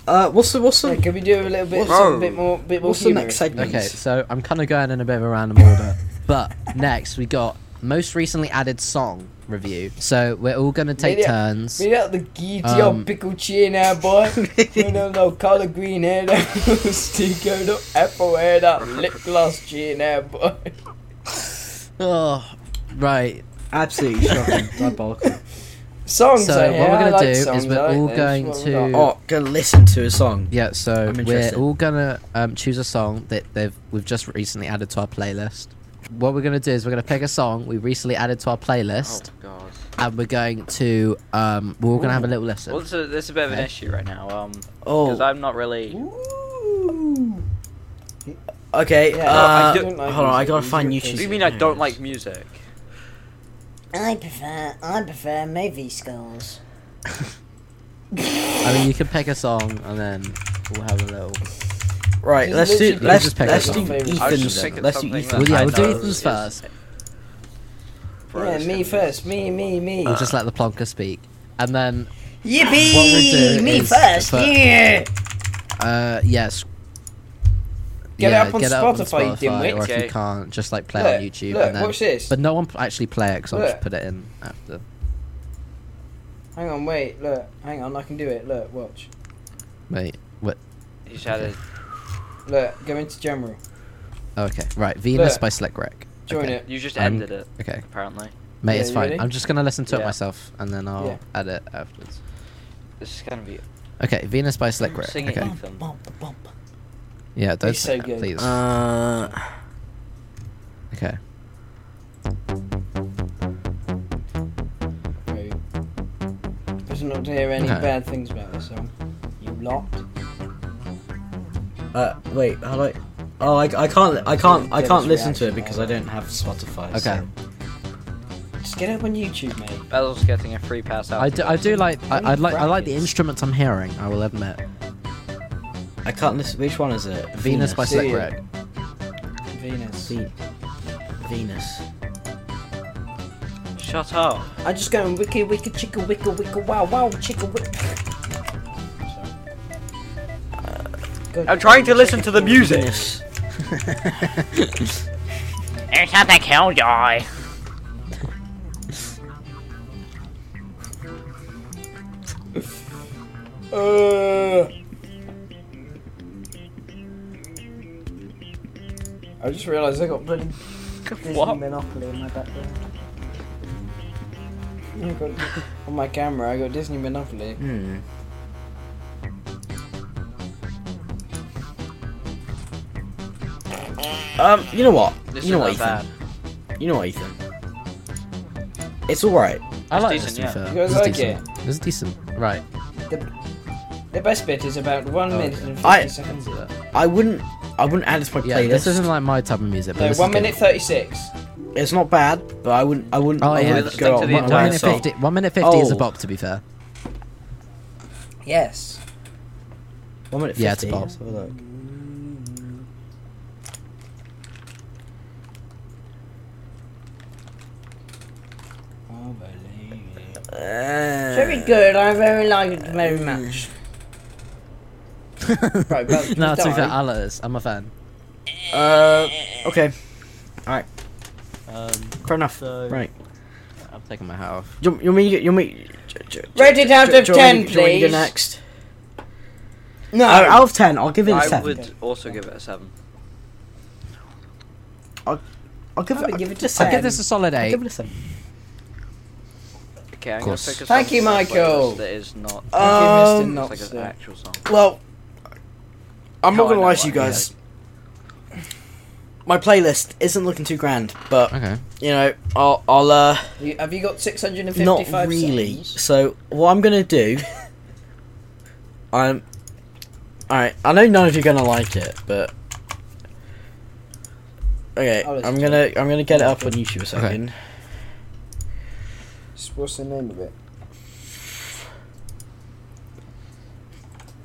Speaker 4: uh, what's the what's
Speaker 1: So
Speaker 4: the
Speaker 1: can we do a little bit,
Speaker 4: What's-
Speaker 1: something a bit more, bit more
Speaker 4: what's the
Speaker 1: humor?
Speaker 4: next segment?
Speaker 2: Okay, so I'm kind of going in a bit of a random order, but next we got most recently added song review. So we're all gonna take
Speaker 1: Yeah.
Speaker 2: turns.
Speaker 1: Meet out the geet,
Speaker 2: Um,
Speaker 1: yo, pickle cheer now, boy. no, no, no, color green hair, no, sticker, no, apple hair, no, lip gloss cheer now, boy.
Speaker 2: Oh, right.
Speaker 4: Absolutely shocking. Diabolical.
Speaker 1: Songs,
Speaker 2: So
Speaker 1: I
Speaker 2: what
Speaker 1: hear,
Speaker 2: we're
Speaker 1: I
Speaker 2: gonna
Speaker 1: like
Speaker 2: do is
Speaker 1: songs,
Speaker 2: we're
Speaker 1: I like
Speaker 2: all
Speaker 1: those,
Speaker 2: going
Speaker 1: what we
Speaker 2: to-
Speaker 1: got.
Speaker 4: Oh, go listen to a song.
Speaker 2: Yeah, so
Speaker 4: I'm
Speaker 2: we're
Speaker 4: interested.
Speaker 2: all gonna um, choose a song that they've we've just recently added to our playlist. What we're gonna do is we're gonna pick a song we recently added to our
Speaker 3: Oh
Speaker 2: playlist,
Speaker 3: god.
Speaker 2: and we're going to um, we're all gonna have a little listen.
Speaker 3: Well, there's a, there's a bit of an
Speaker 2: Okay.
Speaker 3: issue right now. Um,
Speaker 4: Oh,
Speaker 3: because I'm not really.
Speaker 1: Ooh.
Speaker 4: okay.
Speaker 1: Yeah,
Speaker 4: uh,
Speaker 3: I don't
Speaker 1: like
Speaker 4: hold on, I
Speaker 1: music,
Speaker 4: gotta
Speaker 1: you
Speaker 4: find
Speaker 1: do
Speaker 4: new
Speaker 1: it.
Speaker 3: What
Speaker 4: tunes.
Speaker 3: do you mean I don't like music?
Speaker 5: I prefer I prefer movie scores.
Speaker 2: I mean, you can pick a song and then we'll have a little.
Speaker 4: Right,
Speaker 1: Just
Speaker 4: let's do
Speaker 1: literally
Speaker 4: let's
Speaker 2: just pick
Speaker 4: let's
Speaker 2: it.
Speaker 4: do
Speaker 1: I was
Speaker 3: I was just
Speaker 4: Ethan's.
Speaker 3: thinking
Speaker 4: Let's do
Speaker 3: something
Speaker 4: Ethan's.
Speaker 3: that
Speaker 2: Well, yeah,
Speaker 3: I
Speaker 2: we'll do
Speaker 3: know
Speaker 2: Ethan's
Speaker 3: is-
Speaker 2: first.
Speaker 3: Bro,
Speaker 1: yeah,
Speaker 3: it's
Speaker 1: me
Speaker 3: gonna be-
Speaker 1: first, me, me, me.
Speaker 3: Uh.
Speaker 2: We'll just let the plonker speak, and then What we do
Speaker 5: Yippee! Me
Speaker 2: is-
Speaker 5: first.
Speaker 2: but-
Speaker 5: yeah.
Speaker 2: uh, yes.
Speaker 1: Get it up on Spotify, you dimwit.
Speaker 2: or if
Speaker 3: Okay.
Speaker 2: you can't, just like play
Speaker 1: Look,
Speaker 2: on YouTube.
Speaker 1: look,
Speaker 2: and then,
Speaker 1: watch this.
Speaker 2: But no one p- actually play it because I'll just
Speaker 1: Look.
Speaker 2: put it in after.
Speaker 1: Hang on, wait, look, hang on, I can do it. Look, watch.
Speaker 2: Wait, what?
Speaker 3: He's had a
Speaker 1: Look, go into general,
Speaker 2: Okay, right. Venus
Speaker 1: Look.
Speaker 2: by Slick Rick.
Speaker 1: join
Speaker 2: Okay.
Speaker 1: it.
Speaker 3: You just
Speaker 2: Um,
Speaker 3: ended it,
Speaker 2: Okay,
Speaker 3: apparently.
Speaker 2: mate,
Speaker 1: Yeah,
Speaker 2: it's
Speaker 1: you
Speaker 2: fine.
Speaker 1: ready?
Speaker 2: I'm just gonna listen to it
Speaker 3: Yeah.
Speaker 2: myself and then I'll
Speaker 1: Yeah.
Speaker 2: edit afterwards.
Speaker 3: This is gonna be.
Speaker 2: Okay, Venus by Slick Rick.
Speaker 3: Sing it,
Speaker 2: Okay,
Speaker 3: Ethan.
Speaker 2: yeah, don't
Speaker 1: He's so
Speaker 2: sing it,
Speaker 1: good.
Speaker 2: please.
Speaker 4: Uh,
Speaker 2: okay.
Speaker 1: Right. Better not to hear any
Speaker 2: Okay.
Speaker 1: bad things about this song. You lot.
Speaker 4: uh, wait, how do I? Oh, I, I can't I can't I
Speaker 1: Get
Speaker 4: can't
Speaker 1: his
Speaker 4: listen to it
Speaker 1: reaction
Speaker 4: because I don't have Spotify.
Speaker 2: Okay.
Speaker 4: so-
Speaker 1: Just get up on YouTube, mate.
Speaker 3: Basil's getting a free pass out.
Speaker 2: I do, I do like I, I like I like the
Speaker 1: brackets.
Speaker 2: instruments I'm hearing. I will admit.
Speaker 4: I can't listen. Which one is it?
Speaker 2: Venus by
Speaker 1: See
Speaker 2: Slick
Speaker 1: ya.
Speaker 2: Rick.
Speaker 1: Venus.
Speaker 4: Ve- Venus.
Speaker 3: Shut up.
Speaker 1: I just go wiki wiki chicka wicka wicka wow wow chicka wick. Good
Speaker 3: I'm trying to listen to the music.
Speaker 4: Venus.
Speaker 5: It's not the kill guy.
Speaker 1: Uh, I just realised I got bloody Oh.
Speaker 3: What?
Speaker 1: Monopoly in my background. I got- on my camera, I got Disney Monopoly.
Speaker 4: Hmm. Um, you know what?
Speaker 3: This
Speaker 4: you know what,
Speaker 3: is
Speaker 4: Ethan?
Speaker 3: not bad.
Speaker 4: You know what, Ethan? It's all right.
Speaker 2: I like
Speaker 3: decent,
Speaker 2: this. to be
Speaker 3: yeah.
Speaker 2: fair.
Speaker 1: You guys
Speaker 2: This is
Speaker 1: like
Speaker 2: decent. This is decent. Right.
Speaker 1: The best bit is about one
Speaker 2: Oh,
Speaker 1: minute
Speaker 2: yeah.
Speaker 1: and 50
Speaker 4: I-
Speaker 1: seconds. No,
Speaker 4: I wouldn't. I wouldn't add it to my
Speaker 2: Yeah,
Speaker 4: playlist.
Speaker 2: this isn't like my type of music, but this
Speaker 1: one
Speaker 2: is good.
Speaker 1: minute 36.
Speaker 4: It's not bad, but I wouldn't. I wouldn't.
Speaker 2: Oh,
Speaker 4: I
Speaker 2: yeah,
Speaker 4: wouldn't
Speaker 2: let's
Speaker 4: go on
Speaker 3: listen to the
Speaker 4: my
Speaker 3: entire
Speaker 2: One,
Speaker 4: entire
Speaker 2: minute
Speaker 4: song.
Speaker 2: fifty. One minute fifty is a
Speaker 4: Oh.
Speaker 2: bop. To be fair.
Speaker 1: Yes.
Speaker 4: One minute
Speaker 2: Yeah, it's
Speaker 4: fifty.
Speaker 2: about-
Speaker 4: Let's have a look.
Speaker 1: Oh, Very good, I very like it very
Speaker 4: Uh,
Speaker 1: much. Right, well,
Speaker 2: no, to be fair,
Speaker 1: die.
Speaker 2: I like this. I'm a fan.
Speaker 4: Uh, okay,
Speaker 3: Um,
Speaker 4: fair enough.
Speaker 3: So-
Speaker 4: Right.
Speaker 2: I'm taking my hat off.
Speaker 4: You, you mean you, you mean
Speaker 1: Rated out of
Speaker 4: Join-
Speaker 1: 10,
Speaker 4: join you
Speaker 1: please.
Speaker 4: next.
Speaker 1: No.
Speaker 4: Uh, out of ten, I'll give it a
Speaker 3: I
Speaker 4: seven.
Speaker 3: would also give it a seven.
Speaker 4: I'll give
Speaker 1: I
Speaker 4: it.
Speaker 1: would give it a
Speaker 2: I'll
Speaker 1: seven.
Speaker 2: give this a solid
Speaker 4: I'll
Speaker 2: eight.
Speaker 4: give it a seven.
Speaker 3: Okay, I'm gonna
Speaker 2: course.
Speaker 3: pick a song
Speaker 1: Thank you,
Speaker 3: from the
Speaker 1: Michael.
Speaker 3: playlist That is
Speaker 1: Thank
Speaker 3: not.
Speaker 1: you, Mr.
Speaker 4: Um,
Speaker 3: it's like
Speaker 1: Knox,
Speaker 3: an
Speaker 1: uh,
Speaker 3: actual song.
Speaker 4: Well, I'm
Speaker 3: Oh,
Speaker 4: not
Speaker 3: I
Speaker 4: gonna
Speaker 3: know
Speaker 4: lie to you
Speaker 3: what, yeah.
Speaker 4: guys. My playlist isn't looking too grand, but
Speaker 2: Okay.
Speaker 4: you know, I'll, I'll uh,
Speaker 1: You- Have you got 655
Speaker 4: not really.
Speaker 1: songs?
Speaker 4: So what I'm gonna do, I'm, all right. I know none of you're gonna like it, but okay,
Speaker 1: I'll listen
Speaker 4: I'm
Speaker 1: to
Speaker 4: gonna I'm gonna get it up on YouTube a second.
Speaker 1: What's the name of it?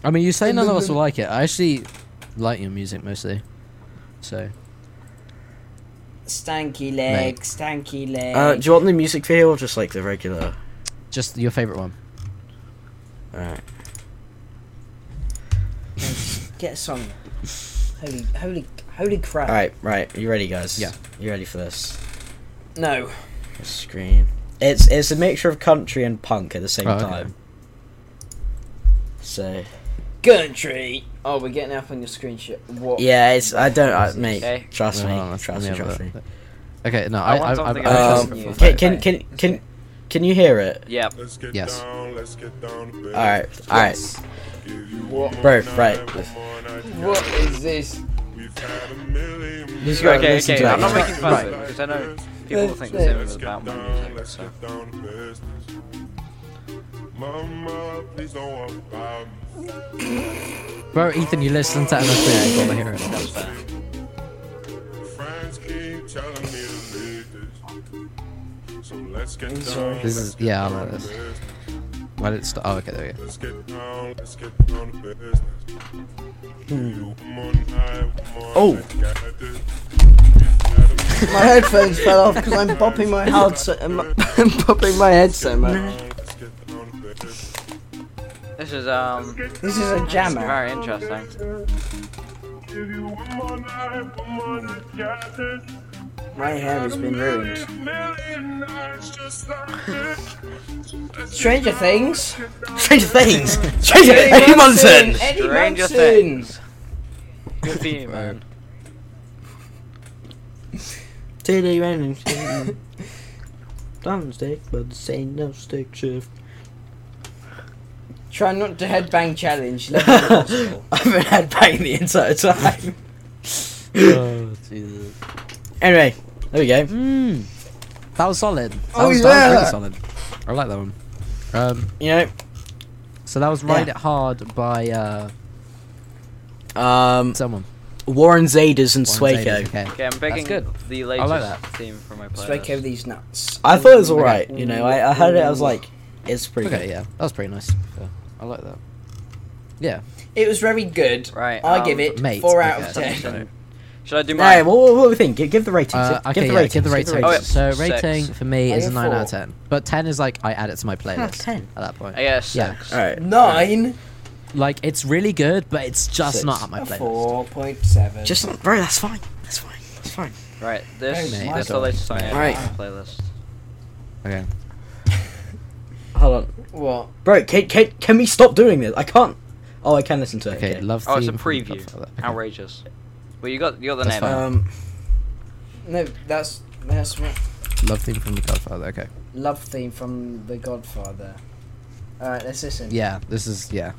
Speaker 2: I mean, you say none of us will like it. I actually like your music mostly. So
Speaker 1: Stanky
Speaker 2: Mate.
Speaker 1: leg, stanky leg.
Speaker 4: Uh, do you want the music video or just like the regular?
Speaker 2: just your favorite one.
Speaker 4: Alright.
Speaker 1: Get a song. Holy, holy, holy crap.
Speaker 4: Alright, right. You ready, guys?
Speaker 2: Yeah.
Speaker 4: You ready for this?
Speaker 1: No.
Speaker 4: Screen. It's it's a mixture of country and punk at the same
Speaker 2: Oh, okay.
Speaker 4: time. So
Speaker 1: Country. Oh, we're getting up on your screen shit. What?
Speaker 4: yeah, it's I don't I, mate.
Speaker 3: Okay.
Speaker 4: Trust me,
Speaker 2: Hold on, let's-
Speaker 4: trust me,
Speaker 2: let me have
Speaker 4: trust
Speaker 2: a
Speaker 4: me.
Speaker 2: look. Okay, no,
Speaker 3: I
Speaker 2: I,
Speaker 3: want
Speaker 2: I, I,
Speaker 3: something
Speaker 2: I,
Speaker 3: else.
Speaker 2: trust-
Speaker 4: Um,
Speaker 1: you.
Speaker 4: can can can can can you hear it?
Speaker 3: Yeah.
Speaker 6: Let's get
Speaker 2: Yes.
Speaker 6: down, let's get down to
Speaker 4: All right,
Speaker 6: business.
Speaker 4: all right.
Speaker 6: Give you one
Speaker 4: Bro,
Speaker 6: night,
Speaker 4: right.
Speaker 6: one more night.
Speaker 1: What is this?
Speaker 6: We've had a million
Speaker 4: He's
Speaker 3: Okay,
Speaker 4: got-
Speaker 6: million
Speaker 3: okay,
Speaker 4: listen to that.
Speaker 3: I'm not making fun of it
Speaker 6: Right.
Speaker 3: because I know people will think the same
Speaker 6: Let's
Speaker 3: is
Speaker 6: get
Speaker 3: about my
Speaker 6: down,
Speaker 3: music.
Speaker 6: let's
Speaker 3: So.
Speaker 6: get down to business. Mama, please don't worry about me.
Speaker 2: bro, Ethan, you listen to MFB. You gotta hear it.
Speaker 3: That's fair.
Speaker 6: Friends keep telling me to leave this. So let's get down.
Speaker 2: This
Speaker 6: let's
Speaker 2: is-
Speaker 6: get
Speaker 2: yeah, I
Speaker 6: down
Speaker 2: like
Speaker 6: to
Speaker 2: this.
Speaker 6: business.
Speaker 2: Why did it stop? Oh, okay, there we go.
Speaker 6: Let's get down, let's get down to business. You one more night, one more
Speaker 4: Oh.
Speaker 6: night, got this. We've had a
Speaker 1: My headphones fell off because I'm bopping my head so I'm bopping my head so much.
Speaker 3: This is um
Speaker 1: This is a jammer.
Speaker 3: very interesting.
Speaker 1: My hair has been ruined. Stranger Things.
Speaker 4: Stranger Things. Stranger Eddie Munson.
Speaker 1: Eddie
Speaker 3: Stranger
Speaker 1: Munson.
Speaker 3: Things. Good theme, man.
Speaker 4: Tilly Lennon. Don't stick, but say no stick shift.
Speaker 1: Try not to headbang challenge. Let me know what's cool.
Speaker 4: I've been had pain the entire time.
Speaker 2: Oh, Jesus.
Speaker 4: anyway, there we go.
Speaker 2: Mm, that was solid. That
Speaker 1: Oh,
Speaker 2: was,
Speaker 1: yeah.
Speaker 2: that was really solid. I like that one. Um,
Speaker 4: You know,
Speaker 2: so that was Ride It Hard by uh,
Speaker 4: um,
Speaker 2: someone.
Speaker 4: Warren Zaders and
Speaker 2: Warren Zevon,
Speaker 4: Sueco.
Speaker 2: Okay.
Speaker 3: Okay, I'm picking
Speaker 2: good.
Speaker 3: the
Speaker 2: like
Speaker 3: latest
Speaker 2: that.
Speaker 3: theme for my
Speaker 1: Strike over
Speaker 3: playlist.
Speaker 1: these nuts.
Speaker 4: I thought it was alright. You know, I, I heard it. I was like, it's pretty
Speaker 2: Okay,
Speaker 4: good.
Speaker 2: yeah, that was pretty nice. Yeah, I like that. Yeah,
Speaker 1: It was very good.
Speaker 3: Right.
Speaker 1: I
Speaker 3: um,
Speaker 1: give it
Speaker 2: mate,
Speaker 1: four out
Speaker 2: okay,
Speaker 1: of
Speaker 2: that's
Speaker 1: ten.
Speaker 3: Should I do
Speaker 4: Yeah.
Speaker 3: mine?
Speaker 4: what, what, what do we think? Give, give the ratings.
Speaker 2: Uh,
Speaker 4: give,
Speaker 2: okay,
Speaker 4: the
Speaker 2: yeah,
Speaker 4: ratings.
Speaker 2: give the rating.
Speaker 3: ratings.
Speaker 2: So
Speaker 3: Oh, yeah.
Speaker 2: rating
Speaker 3: Six.
Speaker 2: for me
Speaker 1: I
Speaker 2: is a
Speaker 1: give
Speaker 2: nine out
Speaker 1: four.
Speaker 2: of ten, but ten is like I add it to my playlist.
Speaker 4: 10.
Speaker 2: at that point.
Speaker 3: I guess six.
Speaker 4: All right.
Speaker 1: Nine.
Speaker 2: Like it's really good, but it's just
Speaker 4: Six.
Speaker 2: not at my
Speaker 1: a
Speaker 2: playlist.
Speaker 1: Four point seven.
Speaker 4: Just bro, that's fine. That's fine. That's fine.
Speaker 3: Right.
Speaker 1: Hey,
Speaker 3: This
Speaker 2: mate,
Speaker 3: is
Speaker 2: that's
Speaker 3: the
Speaker 2: all.
Speaker 3: latest song I have
Speaker 4: Right.
Speaker 3: on my playlist.
Speaker 2: Okay.
Speaker 4: Hold on,
Speaker 1: what?
Speaker 4: bro. Can, can, can we stop doing this? I can't. Oh, I can listen to it.
Speaker 2: Okay, love.
Speaker 3: Oh, it's a
Speaker 2: theme from-
Speaker 3: preview. Outrageous. Well, you got you got the name.
Speaker 2: That's fine.
Speaker 4: Um,
Speaker 1: No, that's that's what
Speaker 2: Love theme from The Godfather. Okay.
Speaker 1: love theme from The Godfather. All right, let's listen.
Speaker 2: Yeah, this is yeah.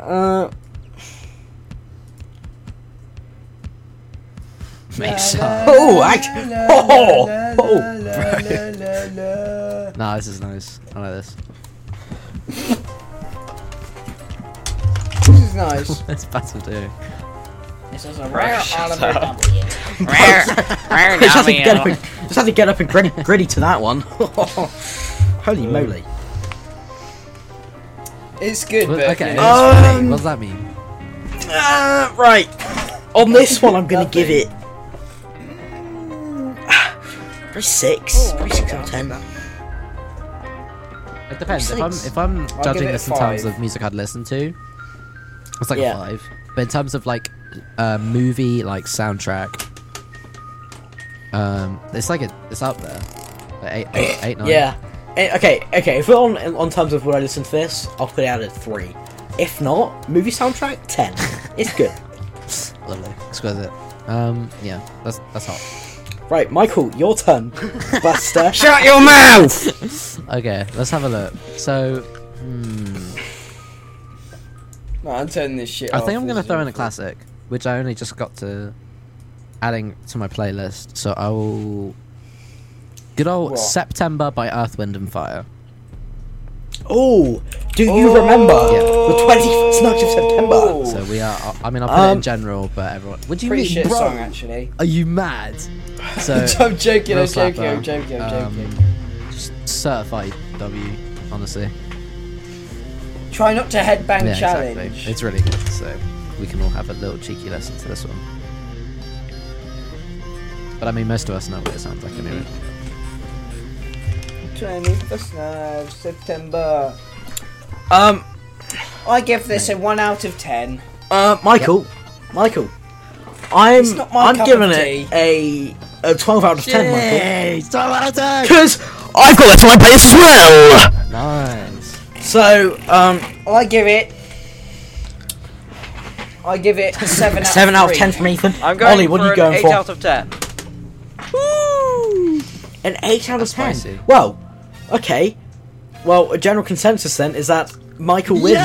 Speaker 4: uh,
Speaker 2: Makes
Speaker 4: oh, act. Oh, oh,
Speaker 2: Nah, this is nice. I like this.
Speaker 1: This is nice.
Speaker 2: It's Battle do.
Speaker 1: This is a
Speaker 3: Right,
Speaker 1: rare
Speaker 3: shut
Speaker 1: Oliver
Speaker 3: up.
Speaker 1: W.
Speaker 5: Rare, rare
Speaker 4: just had to get up
Speaker 5: W.
Speaker 4: and, just had to get up and gritty, gritty to that one. Holy moly.
Speaker 1: It's good,
Speaker 2: Well,
Speaker 1: but
Speaker 2: okay.
Speaker 1: you know,
Speaker 4: Um,
Speaker 2: what does that mean?
Speaker 4: Uh, right. On this one, I'm gonna give it. Probably six. probably Oh, six out of ten.
Speaker 2: It depends. If I'm
Speaker 4: six.
Speaker 2: if I'm
Speaker 1: I'll give
Speaker 2: judging
Speaker 1: it
Speaker 2: this
Speaker 1: a
Speaker 2: in terms
Speaker 1: five.
Speaker 2: of music I'd listen to, it's like
Speaker 4: Yeah.
Speaker 2: a five. But in terms of like uh, movie like soundtrack, um, it's like a, it's up there. Like eight, eight, eight, nine.
Speaker 4: Yeah. eh, okay, okay. If we're on on terms of what I listen to this, I'll put it out at three. If not, movie soundtrack ten. It's good.
Speaker 2: Lovely. Exquisite. Um, yeah, that's that's hot.
Speaker 4: Right, Michael, your turn. Buster.
Speaker 5: Shut your mouth!
Speaker 2: Okay, let's have a look. So, hmm,
Speaker 1: No, I'm turning this shit
Speaker 2: I
Speaker 1: off.
Speaker 2: think I'm
Speaker 1: This
Speaker 2: gonna
Speaker 1: is
Speaker 2: throw in a
Speaker 1: awful.
Speaker 2: classic, which I only just got to adding to my playlist. So I will. Good old
Speaker 1: What?
Speaker 2: September by Earth, Wind and Fire.
Speaker 4: Oh, do you remember the twenty first night of September?
Speaker 1: Ooh.
Speaker 2: So we are. I mean, I'll put it
Speaker 4: Um,
Speaker 2: in general, but everyone. What do you
Speaker 1: Pretty
Speaker 2: mean,
Speaker 1: shit
Speaker 2: bro? Uh,
Speaker 1: song, actually.
Speaker 2: Are you mad? So
Speaker 1: I'm joking, I'm joking,
Speaker 2: real
Speaker 1: I'm
Speaker 2: slapper.
Speaker 1: joking, I'm
Speaker 2: Um,
Speaker 1: joking.
Speaker 2: just certified W, honestly.
Speaker 1: Try not to headbang
Speaker 2: Yeah,
Speaker 1: challenge.
Speaker 2: exactly. It's really good. So we can all have a little cheeky lesson to this one. But I mean, most of us know what it sounds like anyway.
Speaker 1: 21st of September.
Speaker 4: Um,
Speaker 1: I give this a 1 out of 10.
Speaker 4: uh, Michael, Michael, I'm
Speaker 1: It's not my
Speaker 4: I'm
Speaker 1: cup
Speaker 4: giving
Speaker 1: of
Speaker 4: it a a twelve out of ten, Michael,
Speaker 2: Nice.
Speaker 4: because I've got that on my place as well. So, um,
Speaker 1: I give it. I give it a 7 out
Speaker 4: seven
Speaker 1: of,
Speaker 4: out of
Speaker 1: three.
Speaker 4: ten from Ethan.
Speaker 3: I'm going
Speaker 4: Ollie, what
Speaker 3: for
Speaker 4: are you
Speaker 3: an
Speaker 4: going
Speaker 3: eight
Speaker 4: for?
Speaker 3: out of ten.
Speaker 4: An eight out of ten.
Speaker 2: spicy.
Speaker 4: Well, okay. Well, a general consensus then is that Michael wins.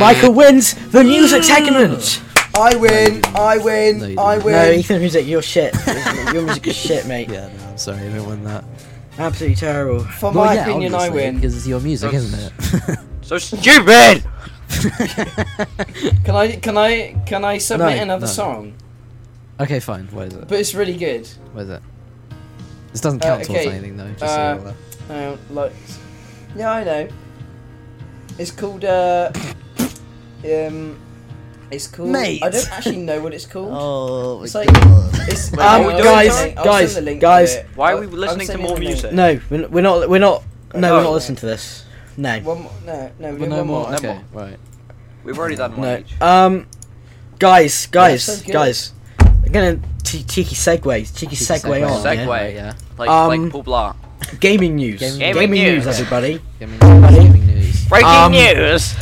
Speaker 4: Michael wins the music segment.
Speaker 1: I win, I win,
Speaker 2: No, you
Speaker 1: I
Speaker 2: didn't.
Speaker 1: win.
Speaker 4: No, Ethan, music, you're shit. Your music is shit, mate.
Speaker 2: Yeah, no, I'm sorry, I didn't win that.
Speaker 4: Absolutely terrible.
Speaker 1: For my opinion, I win.
Speaker 2: Because it's your music, isn't it?
Speaker 3: So stupid.
Speaker 1: Can I can I can I submit
Speaker 2: No,
Speaker 1: another
Speaker 2: no.
Speaker 1: song?
Speaker 2: okay, fine. What is it?
Speaker 1: But it's really good.
Speaker 2: What is it? This doesn't
Speaker 1: Uh,
Speaker 2: count towards
Speaker 1: okay,
Speaker 2: anything, though. Just
Speaker 1: uh,
Speaker 2: so you know.
Speaker 1: I don't like. Yeah, I know. It's called. uh... um, it's called. I
Speaker 2: Mate.
Speaker 1: don't actually know what it's called.
Speaker 2: Oh,
Speaker 1: it's like. It's, um,
Speaker 3: Wait,
Speaker 1: I'll
Speaker 3: are we
Speaker 1: send the
Speaker 3: doing something?
Speaker 1: link- I'll
Speaker 4: Guys,
Speaker 1: send the link
Speaker 4: guys,
Speaker 1: to it.
Speaker 3: Why are we
Speaker 1: I'm
Speaker 3: listening to
Speaker 1: sending
Speaker 3: more
Speaker 1: the link.
Speaker 3: music?
Speaker 4: No, we're we're not. We're not. No, we're
Speaker 3: Oh.
Speaker 4: not listening to this. No.
Speaker 1: One more, no, no, we
Speaker 2: well,
Speaker 1: do
Speaker 2: no
Speaker 1: one
Speaker 2: more.
Speaker 1: more.
Speaker 2: Okay,
Speaker 3: more.
Speaker 2: right.
Speaker 3: We've already done one
Speaker 4: No.
Speaker 3: each.
Speaker 4: Um, guys, guys,
Speaker 1: so good.
Speaker 4: guys. I'm gonna te- cheeky segue. Cheeky,
Speaker 2: Cheeky
Speaker 4: segue,
Speaker 2: segue.
Speaker 4: on. yeah?
Speaker 3: Segue.
Speaker 2: Right, yeah.
Speaker 3: Like
Speaker 4: um,
Speaker 3: like Paul Blart.
Speaker 4: Gaming news.
Speaker 2: Gaming-
Speaker 4: Gaming,
Speaker 3: Gaming
Speaker 4: news,
Speaker 3: news.
Speaker 4: everybody.
Speaker 2: Gaming, gaming news.
Speaker 3: Breaking
Speaker 4: um,
Speaker 3: news.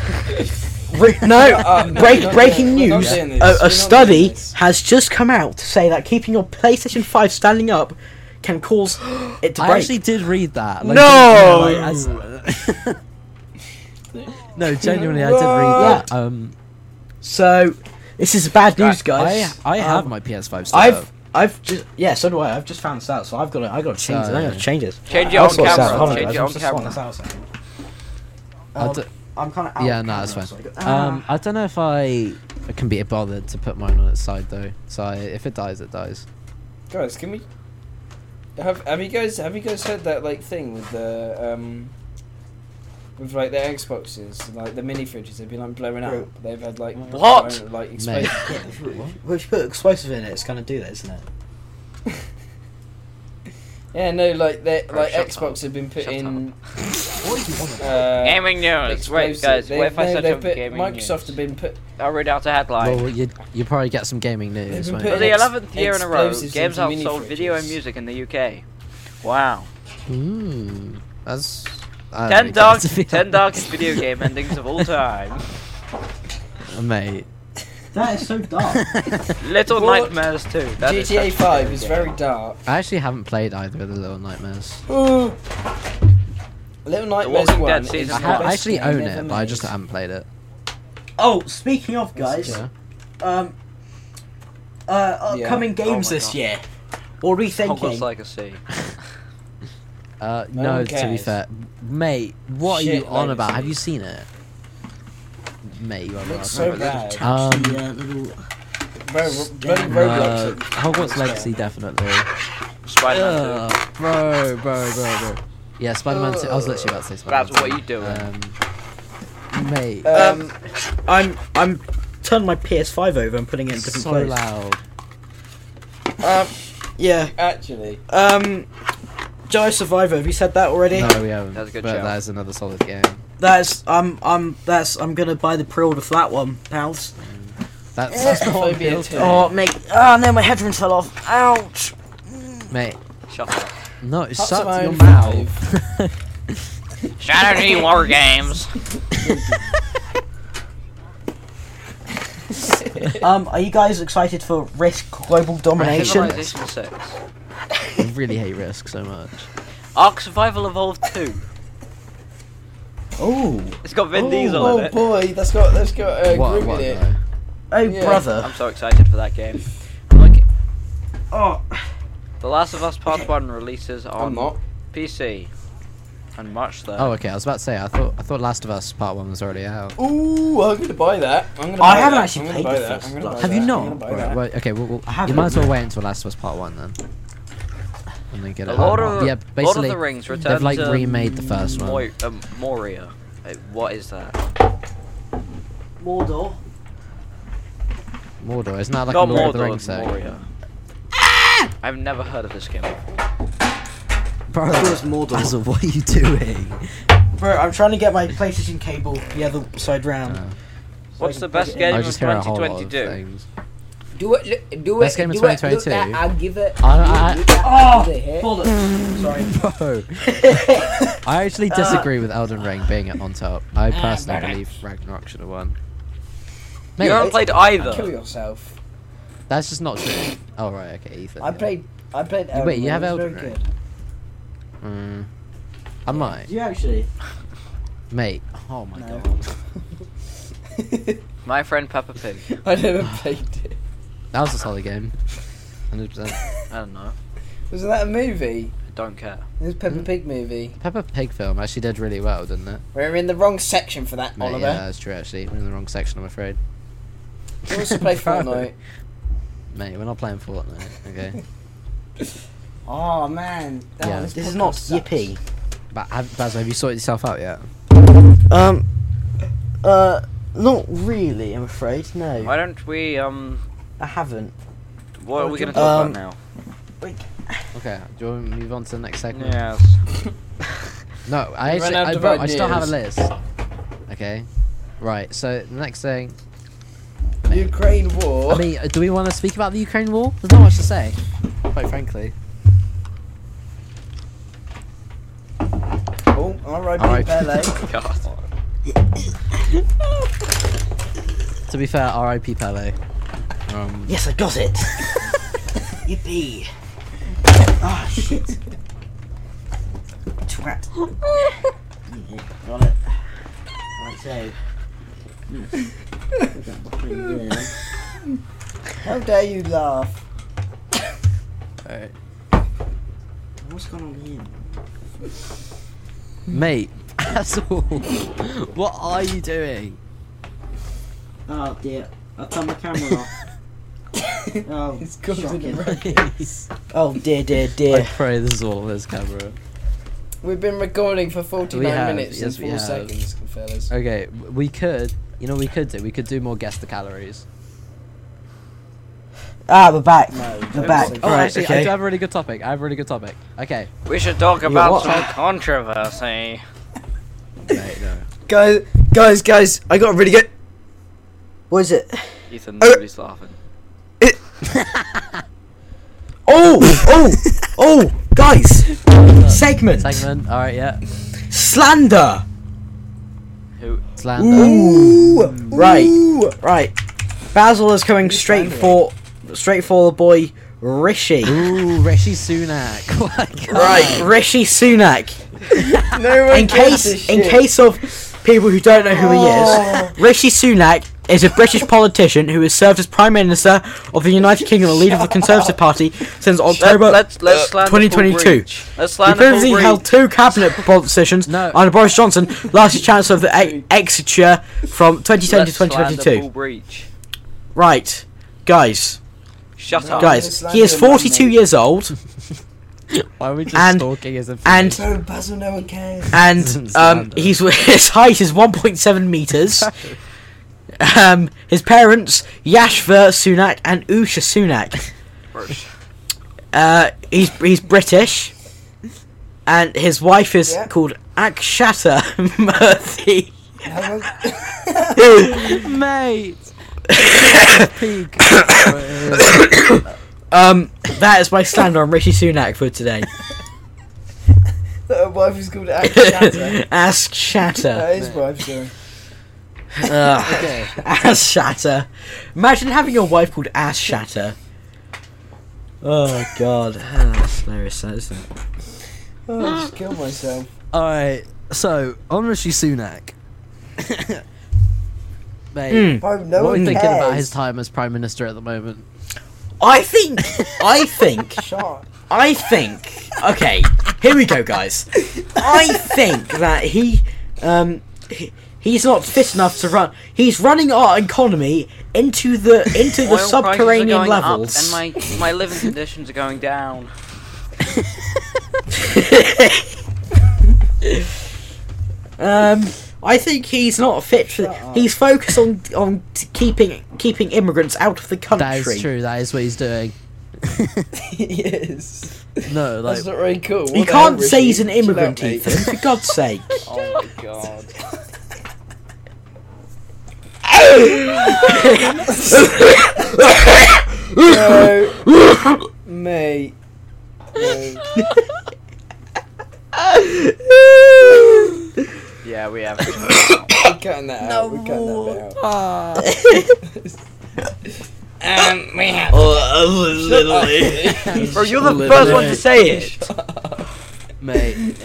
Speaker 4: Re- no,
Speaker 1: Uh, no,
Speaker 4: break,
Speaker 1: we're not
Speaker 4: breaking
Speaker 1: doing- we're not
Speaker 4: news.
Speaker 1: doing this.
Speaker 4: A,
Speaker 1: We're
Speaker 4: a
Speaker 1: not doing
Speaker 4: study
Speaker 1: this.
Speaker 4: has just come out to say that keeping your PlayStation 5 standing up can cause it to
Speaker 2: I
Speaker 4: break.
Speaker 2: actually did read that. Like,
Speaker 4: No!
Speaker 2: yeah, like, as- no, genuinely, I did read that. Um,
Speaker 4: So, this is bad news, guys.
Speaker 2: I, I have
Speaker 4: Um,
Speaker 2: my PS5 still. up.
Speaker 4: I've, I've just, yeah, so do I. I've just found this out, so I've got to, I've got to change it. I've got to change it.
Speaker 3: Change it
Speaker 4: I'll
Speaker 3: on
Speaker 4: sort this out. Hold
Speaker 3: camera.
Speaker 4: on,
Speaker 3: Change
Speaker 4: guys,
Speaker 3: it
Speaker 4: I'm
Speaker 3: on
Speaker 4: just sorting
Speaker 3: camera.
Speaker 4: this out a second.
Speaker 2: I
Speaker 4: Um,
Speaker 2: d-
Speaker 4: I'm kind of out.
Speaker 2: yeah,
Speaker 4: of
Speaker 2: no, that's
Speaker 4: camera,
Speaker 2: fine.
Speaker 4: so I got-
Speaker 2: Um, I don't know if I can be bothered to put mine on its side though. So I, if it dies, it dies.
Speaker 1: Guys, can we? Have Have you guys Have you guys heard that like thing with the um? With like their Xboxes, like the mini fridges, they've been like blowing up. They've had like
Speaker 3: What?
Speaker 1: blown- like exploded.
Speaker 4: Well, if you put explosive in it, it's going to do that, isn't it?
Speaker 1: Yeah, no, like they
Speaker 3: Bro,
Speaker 1: like
Speaker 3: shut
Speaker 1: Xbox
Speaker 3: up.
Speaker 1: have been put
Speaker 3: Shut
Speaker 1: in. uh,
Speaker 3: Gaming news. Wait,
Speaker 1: explosive-
Speaker 3: guys. What
Speaker 1: they've-
Speaker 3: if I
Speaker 1: no,
Speaker 3: said
Speaker 1: they've
Speaker 3: up
Speaker 1: put-
Speaker 3: gaming
Speaker 1: Microsoft
Speaker 3: news?
Speaker 1: have been put.
Speaker 3: I'll read out a headline.
Speaker 2: Well, you you probably get some gaming
Speaker 1: They've
Speaker 2: news.
Speaker 1: been
Speaker 2: won't
Speaker 1: put
Speaker 2: you?
Speaker 3: For the
Speaker 1: Ex-
Speaker 3: eleventh year in a row,
Speaker 1: explosives
Speaker 3: games
Speaker 1: into mini
Speaker 3: outsold video and
Speaker 1: fridges.
Speaker 3: music in the UK. Wow.
Speaker 2: Ooh, Hmm, that's I don't
Speaker 3: Ten
Speaker 2: really care,
Speaker 3: dark,
Speaker 2: to be
Speaker 3: ten
Speaker 2: honest.
Speaker 3: darkest video game endings of all time.
Speaker 2: mate.
Speaker 4: That is so dark.
Speaker 3: Little
Speaker 1: What?
Speaker 3: Nightmares 2. That is
Speaker 1: GTA
Speaker 3: such a
Speaker 1: Five
Speaker 3: good
Speaker 1: is
Speaker 3: game.
Speaker 1: very dark.
Speaker 2: I actually haven't played either of the Little Nightmares.
Speaker 1: Little Nightmares
Speaker 3: Walking
Speaker 1: One.
Speaker 3: Dead
Speaker 1: is
Speaker 3: season
Speaker 1: the
Speaker 2: I,
Speaker 3: one.
Speaker 2: ha-
Speaker 1: best
Speaker 2: I actually
Speaker 1: game ever
Speaker 2: own it, but I
Speaker 1: made.
Speaker 2: just haven't played it.
Speaker 4: oh, speaking of, guys,
Speaker 2: Yeah.
Speaker 4: um, uh, upcoming games
Speaker 3: Oh my
Speaker 4: this
Speaker 3: God.
Speaker 4: year. What are we
Speaker 3: Hogwarts
Speaker 4: thinking?
Speaker 3: Legacy.
Speaker 2: Uh, no,
Speaker 1: one
Speaker 2: to be
Speaker 1: cares.
Speaker 2: fair, mate. What are
Speaker 1: Shit
Speaker 2: you on
Speaker 1: loads
Speaker 2: about?
Speaker 1: of
Speaker 2: Have you
Speaker 1: these.
Speaker 2: seen it? Mate, you are
Speaker 1: Looks
Speaker 2: right.
Speaker 1: so bad.
Speaker 2: Um,
Speaker 4: yeah, little...
Speaker 1: Bro, bloody
Speaker 2: uh,
Speaker 1: Roblox.
Speaker 2: Hogwarts Legacy definitely.
Speaker 3: Spider-Man 2.
Speaker 2: Ugh, bro, bro, bro, bro. Yeah, Spider-Man 2. I was literally about to say Spider-Man.
Speaker 3: That's what
Speaker 2: 2.
Speaker 3: you Uh, doing.
Speaker 2: Um, mate,
Speaker 1: Um,
Speaker 4: I'm I'm turning my PS5 over and putting it in a different
Speaker 2: so
Speaker 4: place.
Speaker 2: loud.
Speaker 4: Yeah.
Speaker 1: actually,
Speaker 4: Um, Jedi Survivor. Have you said that already?
Speaker 2: No, we haven't.
Speaker 3: That's a good
Speaker 2: but
Speaker 3: shout.
Speaker 2: that is another solid game.
Speaker 4: That's um um that's I'm gonna buy the pre-order for that one, pals.
Speaker 2: That's, that's not what
Speaker 1: Phobia
Speaker 2: appeals to
Speaker 1: two.
Speaker 2: me.
Speaker 4: Oh mate. Oh no, my headphones fell off. Ouch.
Speaker 2: Mate,
Speaker 3: Shut up.
Speaker 2: No,
Speaker 1: Up
Speaker 2: it
Speaker 1: to
Speaker 2: sucked
Speaker 1: my
Speaker 2: your
Speaker 1: own
Speaker 2: mouth.
Speaker 5: Shout out to you, War Games.
Speaker 4: Um, are you guys excited for Risk Global Domination?
Speaker 3: Civilization 6.
Speaker 2: I really hate Risk so much.
Speaker 3: Ark Survival Evolved 2.
Speaker 4: Oh,
Speaker 3: It's got Vin
Speaker 1: oh,
Speaker 3: Diesel
Speaker 1: oh
Speaker 3: in it.
Speaker 1: boy, that's got that's got uh,
Speaker 2: what?
Speaker 1: Groom
Speaker 2: What?
Speaker 1: in it.
Speaker 2: though?
Speaker 4: oh
Speaker 1: Yeah.
Speaker 4: brother.
Speaker 3: I'm so excited for that game. Like,
Speaker 4: Oh,
Speaker 3: The Last of Us Part 1 releases
Speaker 1: I'm
Speaker 2: um,
Speaker 3: on
Speaker 1: not.
Speaker 3: PC on March 3rd.
Speaker 2: Oh, okay. I was about to say. I thought I thought Last of Us Part One was already out.
Speaker 1: Ooh, I'm gonna buy that. I'm gonna
Speaker 4: I
Speaker 1: buy
Speaker 4: haven't
Speaker 1: that.
Speaker 4: actually
Speaker 1: I'm
Speaker 4: played
Speaker 1: gonna buy
Speaker 4: the
Speaker 1: that.
Speaker 4: first
Speaker 1: I'm gonna
Speaker 4: lot.
Speaker 1: buy
Speaker 2: Have
Speaker 1: that.
Speaker 2: you
Speaker 1: I'm
Speaker 2: not?
Speaker 1: gonna buy
Speaker 2: Right,
Speaker 1: that.
Speaker 2: well, okay. Well, well,
Speaker 4: I
Speaker 2: you
Speaker 4: haven't,
Speaker 2: might as well
Speaker 4: no.
Speaker 2: wait until Last of Us Part One then. And then get
Speaker 3: The
Speaker 2: it.
Speaker 3: Lord
Speaker 2: out.
Speaker 3: of,
Speaker 2: yeah,
Speaker 3: Lord of
Speaker 2: basically
Speaker 3: the Rings returns. um,
Speaker 2: they've like
Speaker 3: to
Speaker 2: remade the first one.
Speaker 3: Moi- um, Moria. Uh, What is that?
Speaker 4: Mordor.
Speaker 2: Mordor isn't that like
Speaker 3: Not
Speaker 2: a Lord
Speaker 3: Mordor,
Speaker 2: of the Rings thing?
Speaker 3: Moria. I've never heard of this game. before.
Speaker 2: Bro,
Speaker 4: was Mordor.
Speaker 2: Basil, what are you doing?
Speaker 4: Bro, I'm trying to get my PlayStation cable the other side round.
Speaker 2: Uh,
Speaker 4: so
Speaker 3: What's
Speaker 4: I
Speaker 3: the
Speaker 4: can plug
Speaker 3: best
Speaker 4: it in.
Speaker 3: game
Speaker 2: I
Speaker 3: of
Speaker 2: just hear a whole lot of
Speaker 3: 2022?
Speaker 2: things.
Speaker 7: Do it, look- do
Speaker 2: Best
Speaker 7: it,
Speaker 2: game of
Speaker 7: do it, look
Speaker 2: 2022.
Speaker 7: that, I'll give it.
Speaker 2: I-
Speaker 7: you-
Speaker 2: I-
Speaker 7: you- that-
Speaker 4: Oh,
Speaker 7: the heck?
Speaker 4: bollocks. Sorry.
Speaker 2: Bro, I actually disagree with Elden Ring being on top. I
Speaker 3: Ah,
Speaker 2: personally believe Ragnarok should have won. Mate,
Speaker 3: You haven't played
Speaker 1: Kill
Speaker 3: either.
Speaker 1: yourself.
Speaker 2: that's just not true. Oh right, okay, Ethan.
Speaker 7: I
Speaker 2: yeah.
Speaker 7: played, I played. Elden
Speaker 2: Wait, you
Speaker 7: Ring,
Speaker 2: have
Speaker 7: it was
Speaker 2: Elden
Speaker 7: very
Speaker 2: Ring?
Speaker 7: good.
Speaker 2: Mm. I might,
Speaker 4: Do you actually?
Speaker 2: mate. Oh my
Speaker 1: No.
Speaker 2: god,
Speaker 3: My friend Peppa Pig.
Speaker 1: I never played it.
Speaker 2: that was a solid game. 100%.
Speaker 3: I don't know.
Speaker 1: Wasn't that a movie?
Speaker 3: I don't care.
Speaker 1: It was Peppa Pig movie.
Speaker 2: Peppa Pig film actually did really well, didn't it?
Speaker 1: We're in the wrong section for that,
Speaker 2: Mate,
Speaker 1: Oliver.
Speaker 2: yeah, that's true. Actually, we're in the wrong section, I'm afraid.
Speaker 1: We also play
Speaker 2: Bro.
Speaker 1: Fortnite.
Speaker 2: Mate, we're not playing Fortnite. Okay,
Speaker 1: Oh man, that
Speaker 2: Yeah.
Speaker 1: was
Speaker 4: This is not
Speaker 1: podcast sucks.
Speaker 4: yippee.
Speaker 2: but have, Basil, have you sorted yourself out yet?
Speaker 4: Um, uh, not really. I'm afraid. No,
Speaker 3: Why don't we, um,
Speaker 4: I haven't.
Speaker 3: what are we gonna
Speaker 4: Um,
Speaker 3: talk about now?
Speaker 2: Okay, do you want to move on to the next segment?
Speaker 3: Yes.
Speaker 2: No, I
Speaker 1: We ran
Speaker 2: actually,
Speaker 1: out
Speaker 2: I,
Speaker 1: of
Speaker 2: bro, I still have a
Speaker 1: ideas.
Speaker 2: list. Okay, right. So the next thing,
Speaker 1: Ukraine war.
Speaker 2: I mean, uh, do we want to speak about the Ukraine war? There's not much to say, quite frankly.
Speaker 1: oh, R.I.P.
Speaker 2: R.I.P..
Speaker 1: Pele.
Speaker 3: God.
Speaker 2: To be fair, R.I.P. Pele. Um,
Speaker 4: Yes, I got it. Yippee! Ah shit. Twat. Yeah, got it. Right so.
Speaker 1: How dare you laugh?
Speaker 4: What's going on here?
Speaker 2: mate, Basil, what are you doing?
Speaker 4: Oh dear. I turned my camera off. Oh,
Speaker 1: It's causing
Speaker 4: shocking.
Speaker 1: a wreck.
Speaker 4: oh dear, dear,
Speaker 2: I
Speaker 4: dear.
Speaker 2: pray this is all on this camera.
Speaker 1: We've been recording for 49
Speaker 2: We have,
Speaker 1: minutes
Speaker 2: yes,
Speaker 1: and 4
Speaker 2: we have.
Speaker 1: seconds, fellas.
Speaker 2: Okay, w- we could, you know, we could do, we could do more guess the calories.
Speaker 4: Ah, we're back.
Speaker 1: No,
Speaker 4: We're back.
Speaker 1: Oh,
Speaker 2: Oh,
Speaker 4: Alright,
Speaker 2: actually, I
Speaker 4: okay.
Speaker 2: do have a really good topic. I have a really good topic. Okay,
Speaker 3: We should talk
Speaker 4: what?
Speaker 3: about some controversy.
Speaker 2: mate, no.
Speaker 8: Guys, guys, guys, I got a really good.
Speaker 4: What is it?
Speaker 3: Ethan,
Speaker 4: Uh,
Speaker 3: nobody's laughing.
Speaker 4: Oh, oh, oh, guys. Segment.
Speaker 2: Segment. All right, yeah.
Speaker 4: Slander.
Speaker 3: Who?
Speaker 2: Slander.
Speaker 4: Ooh. Right. Right. Basil is coming straight for straight for the boy Rishi.
Speaker 2: Ooh, Rishi Sunak. Oh my God.
Speaker 4: Right, Rishi Sunak.
Speaker 1: no one
Speaker 4: In
Speaker 1: gives a
Speaker 4: case in
Speaker 1: shit. Oh.
Speaker 4: case of people who don't know who he is, Rishi Sunak is a British politician who has served as Prime Minister of the United Kingdom and leader of the Conservative Party since October.
Speaker 3: let's let's
Speaker 4: uh,
Speaker 3: slander Paul
Speaker 4: 2022.
Speaker 3: Breach. Let's
Speaker 4: He
Speaker 3: slander
Speaker 4: previously
Speaker 3: Paul Breach.
Speaker 4: held two cabinet positions
Speaker 2: No.
Speaker 4: under Boris Johnson, last as Chancellor of the e- Exchequer from 2010
Speaker 3: Let's
Speaker 4: to
Speaker 3: slander
Speaker 4: 2022.
Speaker 3: Paul Breach.
Speaker 4: Right, guys,
Speaker 3: Shut up.
Speaker 4: guys,
Speaker 1: slander
Speaker 4: he is
Speaker 1: him, mate.
Speaker 4: 42 years old,
Speaker 2: Why are we just
Speaker 4: And-
Speaker 2: talking as a
Speaker 4: and
Speaker 1: No, Oh, Basil, no one cares.
Speaker 4: and um,
Speaker 2: Slander.
Speaker 4: he's, his height is 1.7 meters. Um, his parents, Yashver Sunak and Usha Sunak. Uh, he's he's British, and his wife is
Speaker 1: Yeah.
Speaker 4: called Akshata Murthy.
Speaker 1: How long-
Speaker 2: mate? Pig.
Speaker 4: Um, that is my slander on Rishi Sunak for today.
Speaker 1: wife is called Act Shatter.
Speaker 4: Ask Shatter.
Speaker 1: that is what I'm doing.
Speaker 4: Ugh.
Speaker 8: Okay.
Speaker 4: Ass Shatter. Imagine having your wife called Ass Shatter. Oh god, that's hilarious, that isn't it?
Speaker 1: Oh, I just killed myself.
Speaker 2: Alright, so, on Rishi Sunak. Mate,
Speaker 4: Hmm.
Speaker 1: Oh, no
Speaker 2: what are
Speaker 1: one
Speaker 2: we thinking
Speaker 1: cares.
Speaker 2: about his time as Prime Minister at the moment?
Speaker 4: I think, I think,
Speaker 1: Shot.
Speaker 4: I think. Okay, here we go, guys. I think that he, um, he, he's not fit enough to run. He's running our economy into the into the
Speaker 3: Oil prices are
Speaker 4: subterranean
Speaker 3: going up
Speaker 4: levels.
Speaker 3: and my my living conditions are going down.
Speaker 4: um, I think he's not fit for. He's focused on on t- keeping keeping immigrants out of the country.
Speaker 2: That is true, that is what he's doing.
Speaker 1: yes.
Speaker 2: No, like,
Speaker 1: That's not very cool. What
Speaker 4: You
Speaker 1: the hell,
Speaker 4: can't say
Speaker 1: Rishi?
Speaker 4: he's an
Speaker 1: Chill
Speaker 4: immigrant,
Speaker 1: out, mate.
Speaker 4: Ethan. For God's sake.
Speaker 3: Oh my god.
Speaker 1: No. mate. No.
Speaker 3: Yeah, we have.
Speaker 1: We're cutting that out. We're cutting that bit out.
Speaker 5: Um, we have.
Speaker 3: Bro, you're the first one to say it.
Speaker 2: mate,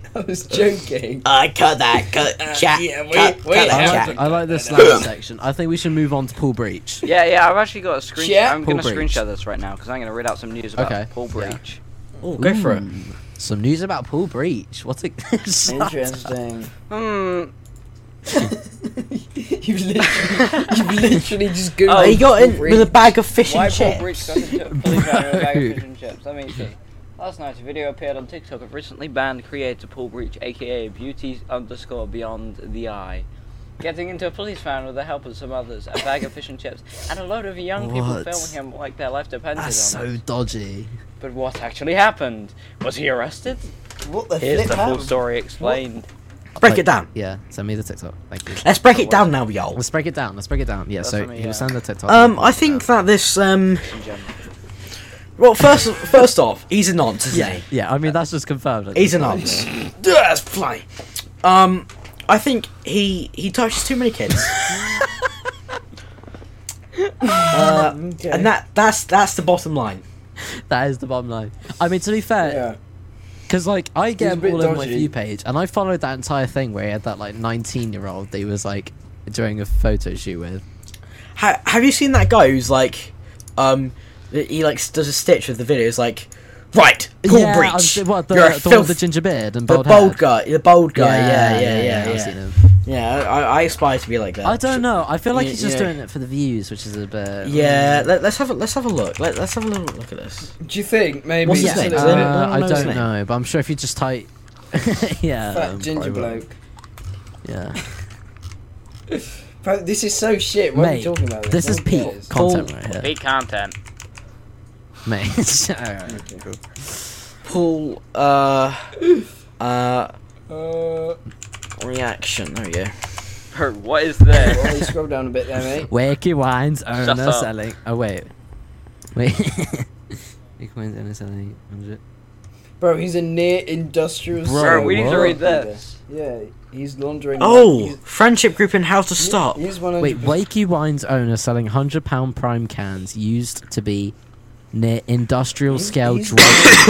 Speaker 1: I was joking.
Speaker 4: Uh, cut that. Cut. chat,
Speaker 5: yeah, wait,
Speaker 4: cut,
Speaker 5: wait,
Speaker 4: cut
Speaker 2: I
Speaker 4: that.
Speaker 2: like,
Speaker 4: chat.
Speaker 2: I like this last section. I think we should move on to Paul Breach.
Speaker 3: Yeah, yeah. I've actually got a screen.
Speaker 1: Yeah.
Speaker 3: I'm
Speaker 2: Paul
Speaker 3: gonna
Speaker 2: Breach.
Speaker 3: screenshot this right now because I'm gonna read out some news about
Speaker 2: Okay.
Speaker 3: Paul
Speaker 2: Yeah.
Speaker 3: Breach.
Speaker 4: Oh, go for it.
Speaker 2: Ooh, Some news about Paul Breach. What's it?
Speaker 1: Interesting.
Speaker 3: Hmm.
Speaker 1: you've literally, you've literally just googled.
Speaker 3: Oh,
Speaker 4: he got in
Speaker 1: Paul
Speaker 4: with a
Speaker 1: Breach.
Speaker 4: bag of fish
Speaker 3: Why
Speaker 4: and
Speaker 3: Paul
Speaker 4: chips.
Speaker 3: Breach got into police van with a bag of fish and chips? Let me see. Last night, a video appeared on TikTok of recently banned creator Paul Breach, aka Beauty underscore Beyond the Eye, getting into a police van with the help of some others, a bag of fish and chips, and a load of young people
Speaker 2: What?
Speaker 3: filming him like their life depended
Speaker 2: That's
Speaker 3: on
Speaker 2: so
Speaker 3: it.
Speaker 2: dodgy.
Speaker 3: But what actually happened? Was he arrested?
Speaker 1: What the
Speaker 3: Here's
Speaker 1: flip
Speaker 3: the full
Speaker 1: happened?
Speaker 3: story explained.
Speaker 4: Break
Speaker 2: Like,
Speaker 4: it down.
Speaker 2: Yeah, send me the TikTok. Thank you.
Speaker 4: Let's break it down now, y'all.
Speaker 2: Let's break it down. Let's break it down. Yeah,
Speaker 3: That's
Speaker 2: so
Speaker 3: what I mean,
Speaker 2: he
Speaker 3: yeah.
Speaker 2: was sending the TikTok.
Speaker 4: Um, I think that this um,
Speaker 3: in general.
Speaker 4: well, first first off, he's a nonce, isn't
Speaker 2: Yeah,
Speaker 4: he?
Speaker 2: yeah. I mean, that's just confirmed.
Speaker 4: He's a nonce. That's fly. Um, I think he he touches too many kids. uh, And that that's that's the bottom line.
Speaker 2: That is the bottom line. I mean, to be fair,
Speaker 1: Yeah.
Speaker 2: because like I
Speaker 1: He's
Speaker 2: get
Speaker 1: a
Speaker 2: him
Speaker 1: bit
Speaker 2: all over my
Speaker 1: dodgy.
Speaker 2: view page, and I followed that entire thing where he had that like 19-year-old that he was like doing a photo shoot with.
Speaker 4: Ha- have you seen that guy who's like, um, he like s- does a stitch of the video? It's like, right, Paul
Speaker 2: yeah, I'm-
Speaker 4: Breach.
Speaker 2: What the,
Speaker 4: You're a
Speaker 2: the one with the
Speaker 4: filth-
Speaker 2: ginger beard and
Speaker 4: the
Speaker 2: bald hair.
Speaker 4: bold guy, the bold guy. Yeah, yeah, yeah, yeah.
Speaker 2: I've seen him.
Speaker 4: Yeah, I, I aspire to be like that.
Speaker 2: I don't know. I feel like
Speaker 4: Yeah,
Speaker 2: he's just
Speaker 4: yeah.
Speaker 2: doing it for the views, which is a bit.
Speaker 4: Yeah, let, us have a let's have a look. Let, us have a little look at this.
Speaker 1: Do you think maybe
Speaker 4: What's his
Speaker 1: just a
Speaker 4: name?
Speaker 1: little
Speaker 4: Uh,
Speaker 1: bit
Speaker 2: Uh, I
Speaker 4: I don't know his
Speaker 2: don't
Speaker 4: name.
Speaker 2: know, but I'm sure if you just type, yeah,
Speaker 1: fat
Speaker 2: um,
Speaker 1: ginger
Speaker 2: probably won't.
Speaker 1: bloke?
Speaker 2: Yeah,
Speaker 1: Bro, this is so shit. What are we
Speaker 2: Mate,
Speaker 1: talking about?
Speaker 2: this is
Speaker 1: No one
Speaker 2: peak
Speaker 1: cares.
Speaker 2: content right here,
Speaker 5: Big content.
Speaker 2: mate. Alright.
Speaker 4: Paul uh uh
Speaker 1: Uh,
Speaker 4: reaction. There we go.
Speaker 3: Bro, what is this?
Speaker 1: well, you scroll down a bit there, mate.
Speaker 2: Wakey Wines owner
Speaker 3: up.
Speaker 2: selling. Oh wait, wait. Wakey Wines owner selling. 100.
Speaker 1: Bro, he's a near industrial.
Speaker 2: Bro,
Speaker 3: Bro,
Speaker 1: soul.
Speaker 3: we need to
Speaker 2: what?
Speaker 3: read this.
Speaker 1: Yeah, he's laundering.
Speaker 4: Oh,
Speaker 1: he's,
Speaker 4: friendship group in how to
Speaker 1: he's-
Speaker 4: stop.
Speaker 1: He's one
Speaker 2: Wait,
Speaker 1: hundred.
Speaker 2: Wakey Wines owner selling hundred pound prime cans used to be near industrial scale drug.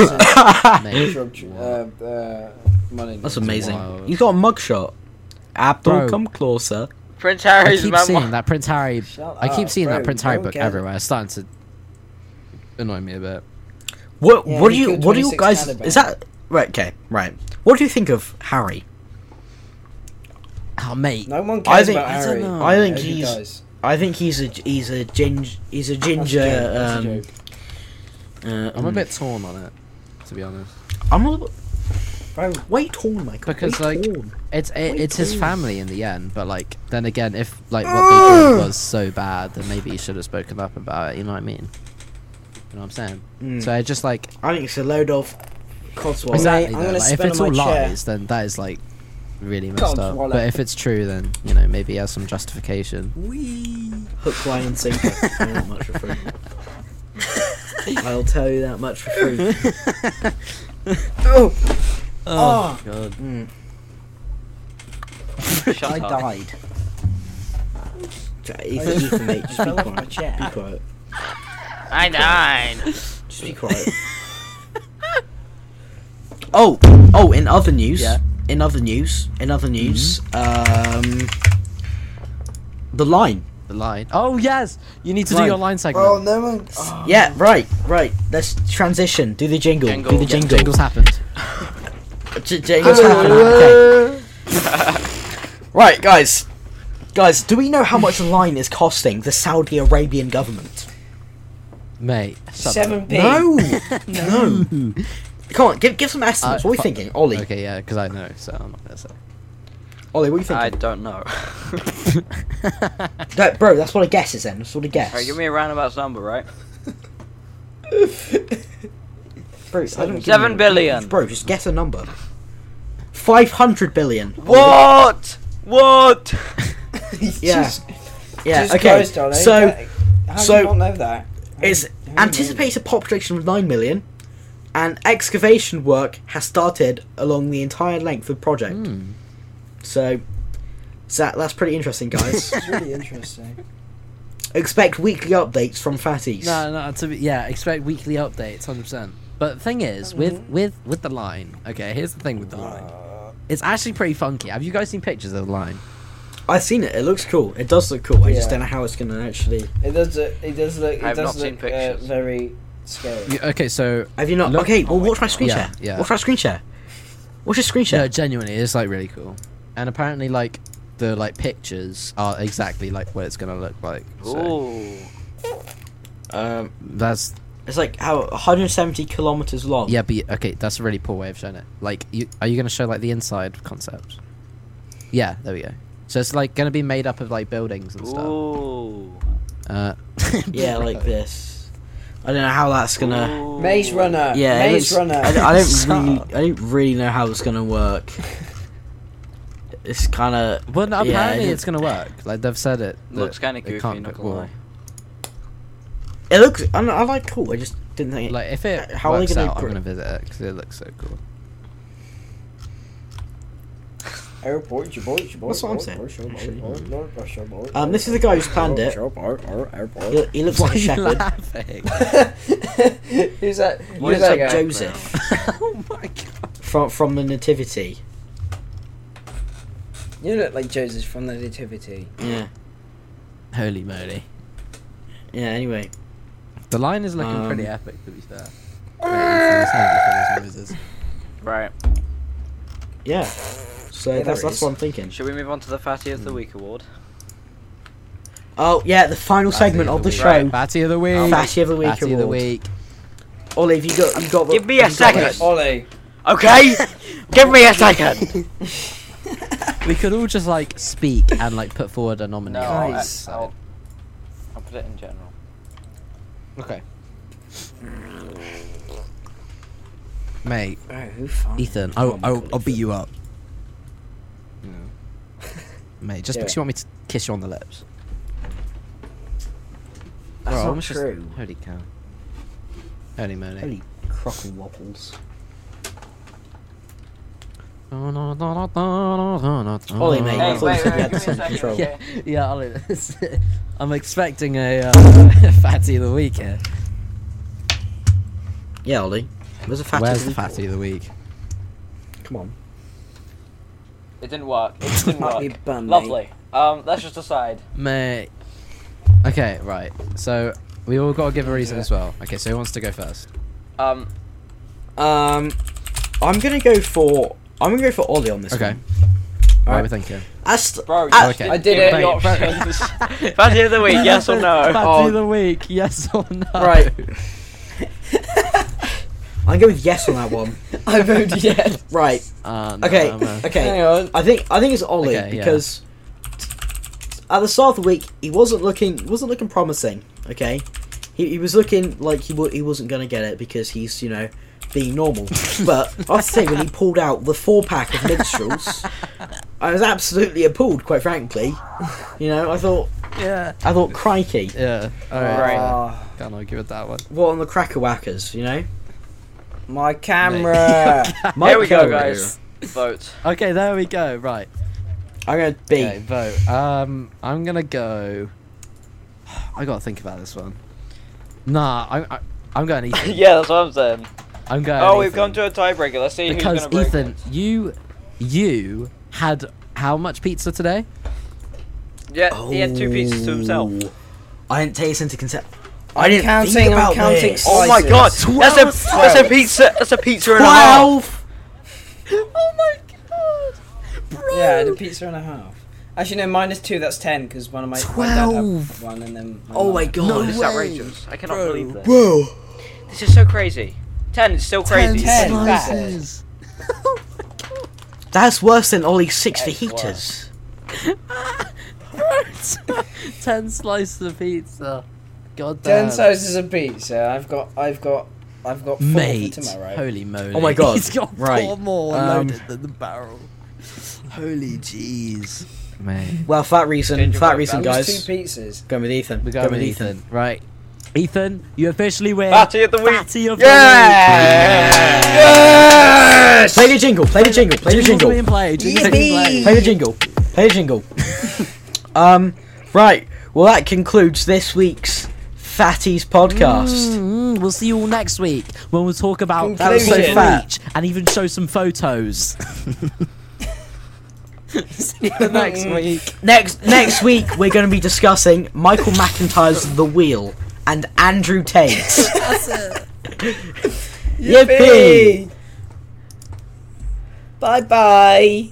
Speaker 2: mate.
Speaker 1: Uh, uh, money.
Speaker 4: That's amazing.
Speaker 2: Wow.
Speaker 4: He's got a mugshot. Apple,
Speaker 2: Bro.
Speaker 4: come closer.
Speaker 3: Prince
Speaker 2: I
Speaker 3: Harry's
Speaker 2: keep
Speaker 3: memoir.
Speaker 2: seeing that Prince Harry.
Speaker 1: Shut
Speaker 2: I keep
Speaker 1: up,
Speaker 2: seeing
Speaker 1: bro,
Speaker 2: that Prince
Speaker 1: no
Speaker 2: Harry
Speaker 1: one
Speaker 2: book
Speaker 1: cares.
Speaker 2: everywhere. It's starting to annoy me a bit.
Speaker 4: What
Speaker 1: Yeah,
Speaker 4: what do
Speaker 1: he
Speaker 4: you
Speaker 1: killed
Speaker 4: what do you
Speaker 1: 26
Speaker 4: guys
Speaker 1: Taliban.
Speaker 4: is that right? Okay, right. What do you think of Harry?
Speaker 2: Oh mate,
Speaker 1: No one cares
Speaker 4: think-
Speaker 1: about
Speaker 2: I don't
Speaker 1: Harry.
Speaker 2: know.
Speaker 4: I think
Speaker 1: As you
Speaker 4: he's
Speaker 1: guys.
Speaker 4: I think he's a he's a ginger he's a
Speaker 1: That's a
Speaker 4: ginger.
Speaker 1: joke, that's a
Speaker 4: um,
Speaker 1: joke.
Speaker 4: uh,
Speaker 2: I'm a
Speaker 4: um,
Speaker 2: bit torn on it, to be honest.
Speaker 4: I'm a little
Speaker 1: Bro,
Speaker 4: bit- way torn, Michael.
Speaker 2: Because,
Speaker 4: way
Speaker 2: like,
Speaker 4: torn.
Speaker 2: It's it,
Speaker 4: Wait,
Speaker 2: it's his
Speaker 4: please.
Speaker 2: family in the end, but like then again, if like what they did was so bad, then maybe he should have spoken up about it. You know what I mean? You know what I'm saying?
Speaker 4: Mm.
Speaker 2: So I just like
Speaker 4: I think it's a load of codswallop.
Speaker 2: exactly.
Speaker 1: I'm gonna
Speaker 2: though, like, if
Speaker 1: spit on
Speaker 2: it's all
Speaker 1: my chair.
Speaker 2: lies, then that is like really messed
Speaker 1: God's
Speaker 2: up.
Speaker 1: wallet.
Speaker 2: But if it's true, then you know maybe he has some justification.
Speaker 4: Hook, line, and sinker. I'll tell you that much for free. I'll tell you that much for free.
Speaker 2: Oh, god.
Speaker 3: Shut
Speaker 8: I
Speaker 3: up.
Speaker 8: died.
Speaker 4: It's Ethan, mate, just be quiet. Be quiet.
Speaker 5: I died.
Speaker 4: Just be quiet. oh, oh! In other news,
Speaker 2: Yeah.
Speaker 4: in other news, in other news, um, the line.
Speaker 2: The line. Oh yes, you need to do
Speaker 4: Line.
Speaker 2: your line segment.
Speaker 7: Oh, no one. Oh,
Speaker 1: Ah.
Speaker 4: Yeah, right, right. Let's transition. Do the jingle. Do
Speaker 3: Jingle.
Speaker 4: the
Speaker 3: Yeah,
Speaker 4: jingle.
Speaker 2: Jingles happened.
Speaker 4: J- jingles happening, okay. right, guys, guys. Do we know how much the line is costing the Saudi Arabian government?
Speaker 2: Mate, shut up.
Speaker 1: Seven p.
Speaker 4: No, no. Come on, give give some estimates.
Speaker 2: Uh,
Speaker 4: what are you
Speaker 2: fu-
Speaker 4: thinking, Ollie?
Speaker 2: Okay, yeah, because I know, so I'm not gonna say.
Speaker 4: Ollie, what are you thinking?
Speaker 3: I don't know.
Speaker 4: That, bro, that's what a guess is then. That's what a guess.
Speaker 3: Alright, give me a roundabout number, right?
Speaker 4: bro, I don't give
Speaker 3: Seven
Speaker 4: you-
Speaker 3: billion.
Speaker 4: Bro, just guess a number. 500 billion.
Speaker 3: What? What?
Speaker 4: Yeah.
Speaker 1: Just-
Speaker 4: Yeah,
Speaker 1: just
Speaker 4: okay.
Speaker 1: goes, darling.
Speaker 4: so,
Speaker 1: That- how
Speaker 4: so-
Speaker 1: do you not know that?
Speaker 4: it's
Speaker 1: How do you
Speaker 4: anticipated population of 9 million, and excavation work has started along the entire length of project.
Speaker 2: Hmm.
Speaker 4: So, so that, that's pretty interesting, guys.
Speaker 1: know? It's really interesting.
Speaker 4: Expect weekly updates from fatties.
Speaker 2: No, no. To be, yeah, expect weekly updates, hundred percent. But the thing is, with with with the line. Okay, here's the thing with the line.
Speaker 1: Uh,
Speaker 2: It's actually pretty funky. Have you guys seen pictures of the line?
Speaker 4: I've seen it. It looks cool. It does look cool. I just
Speaker 1: Yeah.
Speaker 4: don't know how it's going to actually.
Speaker 1: It does. Look, it does look. It
Speaker 3: I have
Speaker 1: does
Speaker 3: not seen
Speaker 1: look uh,
Speaker 3: pictures.
Speaker 1: very scary.
Speaker 2: okay, so
Speaker 4: Have you not?
Speaker 2: Look-
Speaker 4: okay, well, watch my screen
Speaker 2: Yeah,
Speaker 4: share.
Speaker 2: yeah.
Speaker 4: Watch my screen share. Watch your screen share.
Speaker 2: no, genuinely, it's like really cool. And apparently, like the like pictures are exactly like what it's gonna look like. So
Speaker 3: Ooh.
Speaker 4: Um,
Speaker 2: that's
Speaker 4: it's like how 170 kilometers long.
Speaker 2: yeah, but okay, that's a really poor way of showing it. Like, you, are you gonna show like the inside concept? Yeah, there we go. So it's like gonna be made up of like buildings and stuff.
Speaker 3: Ooh.
Speaker 2: Uh,
Speaker 4: Yeah, like this. I don't know how that's gonna.
Speaker 3: Ooh.
Speaker 1: Maze Runner.
Speaker 4: Yeah, it
Speaker 1: Maze
Speaker 4: looks-
Speaker 1: Runner.
Speaker 4: I, I don't
Speaker 2: Stop.
Speaker 4: really, I don't really know how it's gonna work. It's kind of
Speaker 2: Well, no,
Speaker 4: Yeah,
Speaker 2: apparently
Speaker 4: it-
Speaker 2: it's gonna work. Like they've said it. that
Speaker 3: Looks kinda
Speaker 2: it
Speaker 3: goofy,
Speaker 2: can't
Speaker 3: not
Speaker 2: go-
Speaker 3: gonna lie.
Speaker 4: it looks. I, don't know, I like cool. I just didn't think.
Speaker 2: well,
Speaker 4: It,
Speaker 2: Like if it
Speaker 4: How are they
Speaker 2: works
Speaker 4: gonna
Speaker 2: out, I'm
Speaker 4: br-
Speaker 2: gonna visit it because it looks so cool.
Speaker 1: Airport, your boy, your boy,
Speaker 4: That's what I'm
Speaker 1: boy,
Speaker 4: saying,
Speaker 1: boy, your boy,
Speaker 4: actually.
Speaker 1: boy, boy, boy, your boy,
Speaker 4: um,
Speaker 1: boy,
Speaker 4: this is the guy who's planned
Speaker 1: boy,
Speaker 4: it.
Speaker 1: your boy, boy, airport.
Speaker 4: He, he looks like a shepherd.
Speaker 2: laughing?
Speaker 1: Who's that?
Speaker 4: He
Speaker 1: Who's
Speaker 4: looks
Speaker 1: that
Speaker 4: like
Speaker 1: guy?
Speaker 4: Joseph
Speaker 2: oh my god!
Speaker 4: from from the Nativity.
Speaker 1: You look like Joseph from the Nativity.
Speaker 4: Yeah.
Speaker 2: Holy moly!
Speaker 4: Yeah. Anyway.
Speaker 2: The line is looking
Speaker 4: Um,
Speaker 2: pretty epic, to be fair. Wait, it's gonna be for those noises.
Speaker 3: Right.
Speaker 4: Yeah. So
Speaker 1: Yeah, there
Speaker 4: that's
Speaker 1: it
Speaker 4: that's
Speaker 1: is.
Speaker 4: what I'm thinking.
Speaker 3: Should we move on to the Fatty of the Week award?
Speaker 4: Oh yeah, the final
Speaker 2: Batty
Speaker 4: segment of the
Speaker 2: week.
Speaker 4: show.
Speaker 2: Right, Batty of the week.
Speaker 4: Fatty of the week
Speaker 2: Batty of the
Speaker 4: award.
Speaker 2: week.
Speaker 4: Ollie, have you got you got the-
Speaker 3: Give me a
Speaker 4: have you got
Speaker 3: second.
Speaker 4: it?
Speaker 1: Ollie.
Speaker 5: Okay, give me a second.
Speaker 2: We could all just like speak and like put forward a nominee.
Speaker 3: I'll-
Speaker 2: Nice.
Speaker 3: I'll, I'll put it in general.
Speaker 2: Okay. Mate,
Speaker 1: Oh, who found
Speaker 2: Ethan, I'll, I'll, I'll beat you up. Mate, just because you want me to kiss you on the lips.
Speaker 1: That's
Speaker 2: Bro,
Speaker 1: not
Speaker 2: I'm just-
Speaker 1: true.
Speaker 2: Holy cow. Holy moly.
Speaker 4: Holy crockle waffles.
Speaker 2: Holy
Speaker 4: mate,
Speaker 3: Hey,
Speaker 4: I thought
Speaker 3: wait,
Speaker 4: you said
Speaker 3: wait,
Speaker 4: you
Speaker 3: wait,
Speaker 4: had
Speaker 3: give me
Speaker 4: some
Speaker 3: a second,
Speaker 4: control.
Speaker 2: Yeah,
Speaker 3: okay?
Speaker 2: yeah Ollie, this- I'm expecting a uh, fatty of the week here.
Speaker 4: Yeah, Ollie. Where's the fatty?
Speaker 2: Where's
Speaker 4: of
Speaker 2: the
Speaker 4: week?
Speaker 2: fatty of the week?
Speaker 4: Come on.
Speaker 3: It didn't work. It just didn't
Speaker 1: Might be
Speaker 3: work.
Speaker 1: bun, mate.
Speaker 3: Lovely. Um, let's just decide.
Speaker 2: Mate. Okay, right. So, we all got to give a reason as well. Okay, so who wants to go first?
Speaker 3: Um,
Speaker 4: Um, I'm gonna go for I'm gonna go for Ollie on this
Speaker 2: Okay.
Speaker 4: one.
Speaker 2: What
Speaker 4: Alright.
Speaker 2: are we thinking?
Speaker 4: As th-
Speaker 3: bro,
Speaker 4: as-
Speaker 2: Okay.
Speaker 1: I did
Speaker 3: Give
Speaker 1: it.
Speaker 3: me options. Fatty of the Week, yes or no?
Speaker 2: Fatty
Speaker 4: Oh.
Speaker 2: of the week, yes or no?
Speaker 4: Right. I'm going with yes on that one.
Speaker 1: I voted yes.
Speaker 4: Right.
Speaker 2: Uh, no,
Speaker 4: Okay.
Speaker 2: I'm, uh,
Speaker 1: Hang
Speaker 4: Okay.
Speaker 1: on.
Speaker 4: I think I think it's Ollie
Speaker 2: Okay, yeah.
Speaker 4: because at the start of the week he wasn't looking he wasn't looking promising. Okay. He, he was looking like he w- he wasn't gonna get it because he's you know being normal. but I say when he pulled out the four pack of minstrels, I was absolutely appalled. Quite frankly, you know I thought
Speaker 2: Yeah.
Speaker 4: I thought crikey.
Speaker 2: Yeah. All right.
Speaker 3: Right.
Speaker 1: Ah,
Speaker 2: Can't argue with that one.
Speaker 4: What on the cracker whackers, you know?
Speaker 1: My camera.
Speaker 3: There Oh, we go, guys. Vote.
Speaker 2: Okay, there we go. Right.
Speaker 4: I'm gonna B.
Speaker 2: Okay, vote. Um, I'm gonna go. I gotta think about this one. Nah, I'm I, I'm going Ethan.
Speaker 3: yeah, that's what I'm saying.
Speaker 2: I'm going.
Speaker 3: Oh, we've
Speaker 2: Ethan.
Speaker 3: come to a tiebreaker. Let's see who's
Speaker 2: because
Speaker 3: gonna break
Speaker 2: Ethan,
Speaker 3: it.
Speaker 2: you you had how much pizza today?
Speaker 3: Yeah, he had two pizzas to himself.
Speaker 1: Oh
Speaker 4: I didn't take this into consideration. I didn't think
Speaker 1: counting- I'm
Speaker 4: about
Speaker 1: counting
Speaker 4: this.
Speaker 1: Oh my God,
Speaker 3: That's a that's a pizza. That's a pizza and
Speaker 4: Twelve.
Speaker 1: yeah, the pizza and a half. Actually, no, minus two. That's ten because one of my my dad had
Speaker 4: Twelve.
Speaker 1: one and then. my
Speaker 4: Oh
Speaker 1: mum.
Speaker 4: my god.
Speaker 3: This is outrageous. I cannot believe this.
Speaker 4: Whoa.
Speaker 3: This is so crazy. Ten is still crazy.
Speaker 1: Ten.
Speaker 2: slices.
Speaker 4: That's worse than Ollie's six
Speaker 3: That's
Speaker 4: fajitas.
Speaker 2: Ten slices of pizza. God
Speaker 1: Ten
Speaker 2: damn.
Speaker 1: sizes of pizza. I've got. I've got. I've got four
Speaker 2: Mate,
Speaker 1: for tomorrow.
Speaker 2: holy moly!
Speaker 4: Oh my god.
Speaker 2: He's got
Speaker 4: right.
Speaker 2: four more
Speaker 4: Um,
Speaker 2: loaded than the barrel.
Speaker 4: Holy jeez.
Speaker 2: Mate,
Speaker 4: Well, for that reason, for that reason,
Speaker 3: Gingerbread
Speaker 1: That was
Speaker 4: guys,
Speaker 1: two pizzas.
Speaker 4: going with Ethan.
Speaker 2: we go with Ethan. Right, Ethan, you officially win.
Speaker 3: Batty of the week.
Speaker 2: Batty of the
Speaker 3: Yeah.
Speaker 4: Play the jingle. Play the jingle. Play the
Speaker 2: Jingle's
Speaker 4: jingle.
Speaker 2: being played. jingle's being played.
Speaker 4: Play the jingle. Play the jingle. um, right. Well, that concludes this week's Fatties podcast.
Speaker 2: Mm, we'll see you all next week when we'll talk about
Speaker 1: That was
Speaker 4: so
Speaker 2: Conclusion.
Speaker 4: fat.
Speaker 2: reach and even show some photos. see you next week.
Speaker 4: Next next week, we're going to be discussing Michael McIntyre's The Wheel and Andrew Tate's. Yippee!
Speaker 1: Bye bye.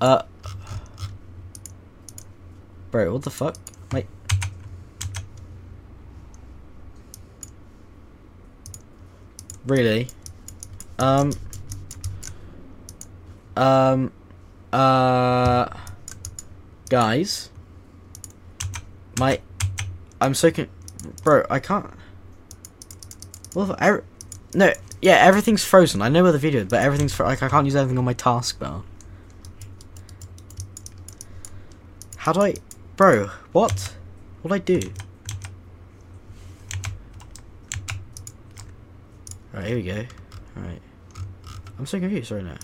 Speaker 4: Uh. Bro, what the fuck? Wait. Really? Um. Um. Uh. Guys. My. I'm so con. Bro, I can't. Well, the- I. No, yeah, everything's frozen. I know where the video is, but everything's fro- like I can't use anything on my taskbar. How do I, bro? What? What do I do? All right, here we go. All right, I'm so confused right now.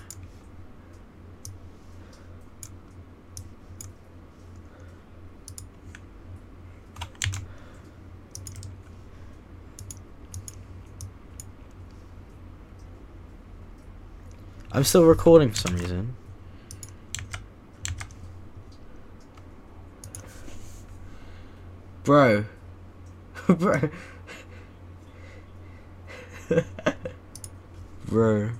Speaker 4: I'm still recording for some reason. Bro. Bro. Bro.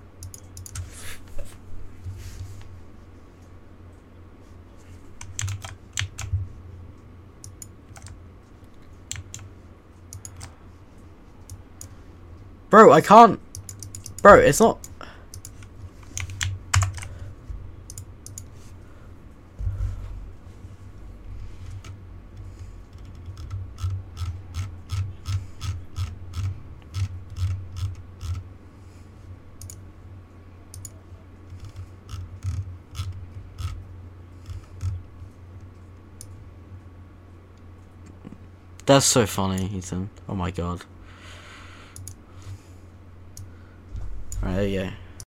Speaker 4: Bro, I can't. Bro, it's not. That's so funny, Ethan. Oh my god. Alright, there you go.